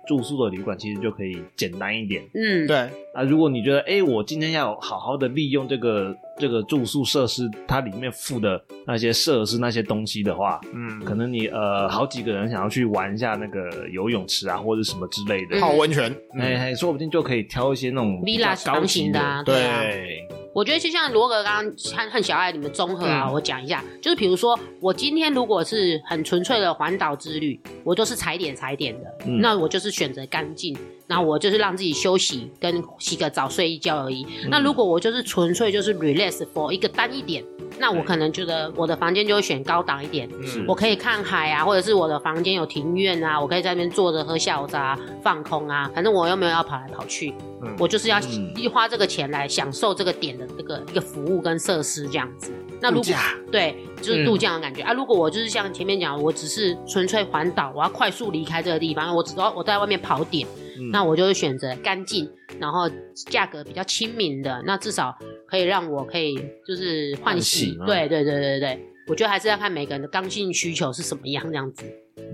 S5: 住宿的旅馆其实就可以简单一点
S2: 嗯，
S1: 对，
S5: 啊。如果你觉得哎、诶我今天要好好的利用这个这个住宿设施，它里面附的那些设施那些东西的话，
S1: 嗯，
S5: 可能你呃好几个人想要去玩一下那个游泳池啊或者什么之类的，
S2: 嗯
S1: 泡温泉，
S5: 哎、哎说不定就可以挑一些那种比较
S2: villa 是
S5: 高
S2: 长
S5: 级
S2: 型的啊，对啊。
S1: 对，
S2: 我觉得就像罗格刚刚和和小爱你们综合啊，
S4: 嗯
S2: 我讲一下，就是比如说我今天如果是很纯粹的环岛之旅，我就是踩点踩点的，
S5: 嗯
S2: 那我就是选择干净，那我就是让自己休息跟洗个澡睡一觉而已。那如果我就是纯粹就是 relax for 一个单一点，那我
S5: 对
S2: 可能觉得我的房间就会选高档一点，
S5: 是
S2: 我可以看海啊，或者是我的房间有庭院啊，我可以在那边坐着喝下午茶、放空啊。反正我又没有要跑来跑去，
S1: 嗯
S2: 我就是要
S5: 嗯
S2: 一花这个钱来享受这个点的这个一个服务跟设施这样子。那如
S1: 度
S2: 果
S1: 假
S2: 对，就是度假的感觉、啊。如果我就是像前面讲，我只是纯粹环岛，我要快速离开这个地方，我只要我在外面跑点，
S5: 嗯
S2: 那我就会选择干净，然后价格比较亲民的，那至少可以让我可以就是换洗
S5: 换洗。吗
S2: 对对对对对，我觉得还是要看每个人的刚性需求是什么样这样子。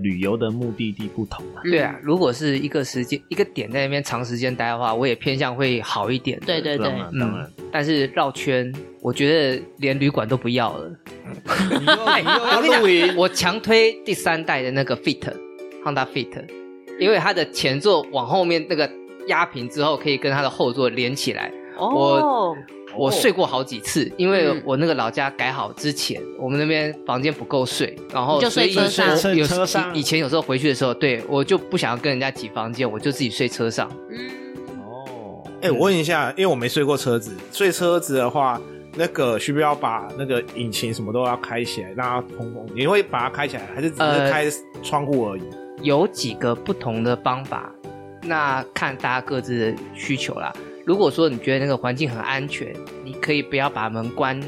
S5: 旅游的目的地不同啊。
S2: 嗯
S4: 对啊，，如果是一个时间一个点在那边长时间待的话，我也偏向会好一点的。嗯
S2: 对对对
S5: 当，然，当然，
S4: 但是绕圈，我觉得连旅馆都不要了。
S5: 你又你又要
S2: 啊
S4: 我跟你讲
S5: 哦露营，
S4: 我强推第三代的那个 Fit Honda Fit，因为它的前座往后面那个压平之后，可以跟它的后座连起来。
S2: 哦，嗯
S4: 我睡过好几次，因为我那个老家改好之前，我们那边房间不够睡，然后
S2: 你就
S4: 所以
S2: 睡车上
S4: 有有
S5: 睡车上
S4: 以以前有时候回去的时候，对我就不想要跟人家挤房间，我就自己睡车上。
S2: 嗯，
S5: 哦，
S1: 哎、我问一下，因为我没睡过车子，睡车子的话，那个需不需要把那个引擎什么都要开起来，让它通风？你会把它开起来，还是只是
S4: 呃
S1: 开窗户而已？
S4: 有几个不同的方法，那看大家各自的需求啦。如果说你觉得那个环境很安全，你可以不要把门关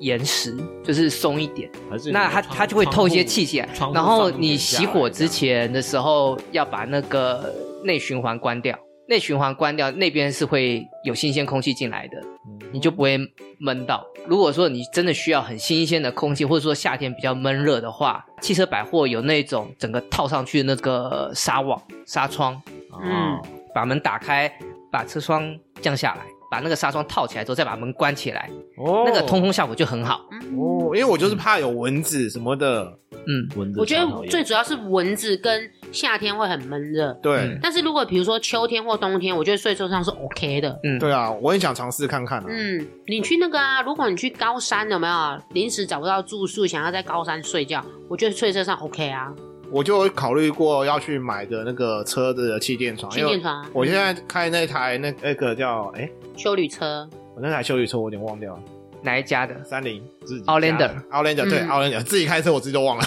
S4: 严实，就是松一点，
S5: 还是
S4: 那它
S5: 窗
S4: 它就会透一些气
S5: 窗户
S4: 进来
S5: 窗。户
S4: 然后
S5: 放一点
S4: 你
S5: 下
S4: 熄
S5: 来
S4: 火
S5: 这
S4: 之
S5: 样
S4: 前的时候，要把那个内循环关掉。内循环关掉，那边是会有新鲜空气进来的，
S5: 嗯
S4: 你就不会闷到。如果说你真的需要很新鲜的空气，或者说夏天比较闷热的话，汽车百货有那种整个套上去的那个纱网、纱窗，
S2: 嗯
S5: 哦
S4: 把门打开，把车窗降下来，把那个纱窗套起来之后，再把门关起来，
S1: 哦
S4: 那个通风效果就很好。
S1: 哦，因为我就是怕有蚊子什么的，
S4: 嗯，
S5: 蚊子
S2: 我觉
S5: 超讨
S2: 得
S5: 厌
S2: 最主要是蚊子跟夏天会很闷热，
S1: 对
S4: 嗯
S2: 但是如果比如说秋天或冬天，我觉得睡桌上是 OK 的。
S4: 嗯
S1: 对啊，我很想尝试看看啊。
S2: 嗯，你去那个啊，如果你去高山有没有临时找不到住宿，想要在高山睡觉，我觉得睡车上 OK 啊，
S1: 我就考虑过要去买的那个车子的气垫床，
S2: 气
S1: 因
S2: 垫
S1: 为
S2: 床啊、
S1: 我现在开那台那那个叫哎、
S2: 修旅车，
S1: 我那台修理车我有点忘掉了，
S4: 哪一家的
S1: 三菱自己
S4: Outlander
S1: Outlander 对
S2: 嗯
S1: Outlander 自己开车我自己都忘了。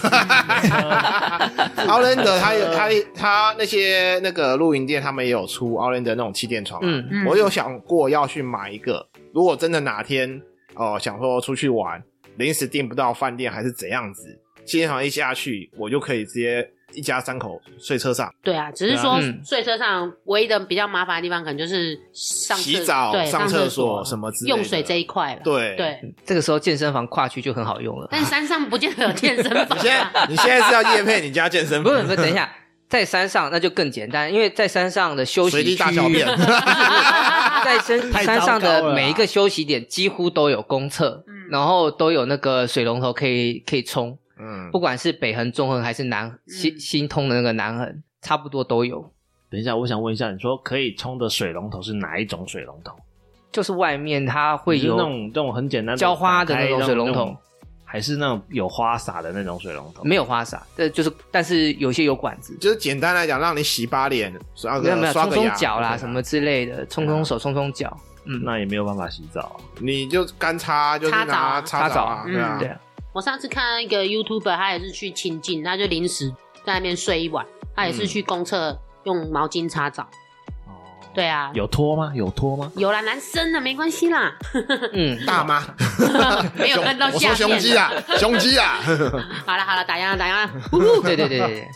S1: Outlander 它有它它那些那个露营店他们也有出 Outlander 那种气垫床啊、
S4: 嗯
S2: 嗯
S1: 我有想过要去买一个，如果真的哪天哦、呃想说出去玩，临时订不到饭店还是怎样子，气垫床一下去，我就可以直接一家三口睡车上，
S2: 对啊，只是说
S4: 嗯
S2: 睡车上唯一的比较麻烦的地方，可能就是上厕
S1: 洗澡
S2: 对、
S1: 上
S2: 上
S1: 厕
S2: 所啊
S1: 所什么之类的
S2: 用水这一块了。
S1: 对。
S2: 对，
S4: 这个时候健身房跨区就很好用了。
S2: 但是山上不见得有健身房、
S1: 你现
S2: 啊。
S1: 在你现在是要夜配你家健身
S4: 不
S1: 房？
S4: 是，不是，等一下，在山上那就更简单，因为在山上的休息
S1: 随
S4: 区
S1: 地大小 便，
S4: 在山
S5: 太糟糕
S4: 山上
S5: 了
S4: 的
S5: 啦
S4: 每一个休息点几乎都有公厕，
S2: 嗯
S4: 然后都有那个水龙头可以可以冲，
S1: 嗯
S4: 不，管是北横、中横还是南
S2: 嗯
S4: 新新通的那个南横，差不多都有。
S5: 等一下，我想问一下，你说可以冲的水龙头是哪一种水龙头？
S4: 就是外面它会
S5: 就是
S4: 有
S5: 那种那种很简单的
S4: 浇花的那种
S5: 打开
S4: 水龙头，
S5: 那种还是那种有花洒的那种水龙头？
S4: 没有花洒，这就是但是有些有管子，
S1: 就是简单来讲，让你洗把脸，刷
S4: 没有没
S1: 个
S4: 有
S1: 刷
S4: 冲
S1: 个
S4: 冲
S1: 牙
S4: 脚啦
S1: 对
S4: 什么之类的，冲冲手、冲冲脚，嗯，
S5: 那也没有办法洗澡啊、
S1: 你就干擦，就是
S2: 擦澡
S1: 拿
S2: 啊
S1: 擦
S4: 擦
S1: 澡
S4: 澡
S1: 啊
S4: 啊，
S1: 对啊
S4: 对，啊，
S2: 我上次看到一个 YouTuber，他也是去清境，他就临时在那边睡一晚，他也是
S5: 嗯
S2: 去公厕用毛巾擦澡。对啊，
S5: 哦有拖吗？有拖吗？
S2: 有啦，男生的没关系 啦，
S1: 啊
S4: 嗯，
S1: 大妈
S2: 没有看到
S1: 我说
S2: 下
S1: 胸
S2: 面。
S1: 肌啊，胸肌 啊，
S2: 好了好了，打烊了打烊了， 呼呼
S4: 对对对对 对，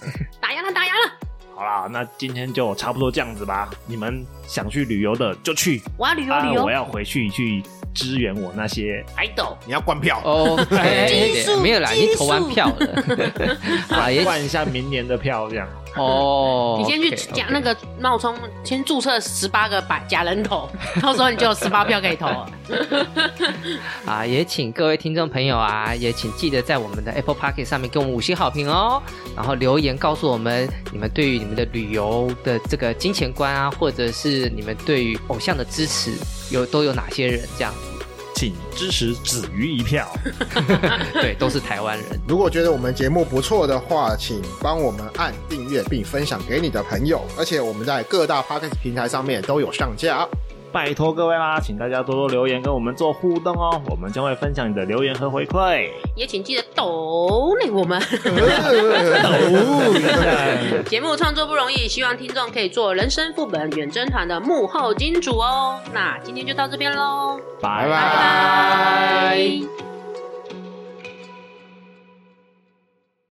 S2: 打烊了打烊了，
S5: 好啦，那今天就差不多这样子吧。你们想去旅游的就去，
S2: 我要旅游
S5: 啊
S2: 旅，游
S5: 我。要回去去支援我那些
S2: idol，
S1: 你要灌票，
S4: 哦，哎
S2: 激素
S4: 没有啦，已经投完
S2: 激素
S4: 票 了，啊也
S5: 换一下明年的票，这样。
S4: 哦，
S2: 你先去
S4: OK，OK
S2: 加那个冒充，先注册十八个百假人头，到时候你就有十八票可以投了。
S4: 啊，也请各位听众朋友啊，也请记得在我们的 Apple p o c k e t 上面给我们五星好评哦，然后留言告诉我们你们对于你们的旅游的这个金钱观啊，或者是你们对于偶像的支持有都有哪些人这样子，
S5: 请支持子瑜一票。
S4: 对，都是台湾人。
S10: 如果觉得我们节目不错的话，请帮我们按订阅并分享给你的朋友，而且我们在各大 podcast 平台上面都有上架。哦
S5: 拜托各位啦，请大家多多留言跟我们做互动哦，我们将会分享你的留言和回馈。
S2: 也请记得抖内我们。 节目创作不容易，希望听众可以做人生副本远征团的幕后金主哦。那今天就到这边喽，
S5: 拜
S1: 拜
S2: 拜。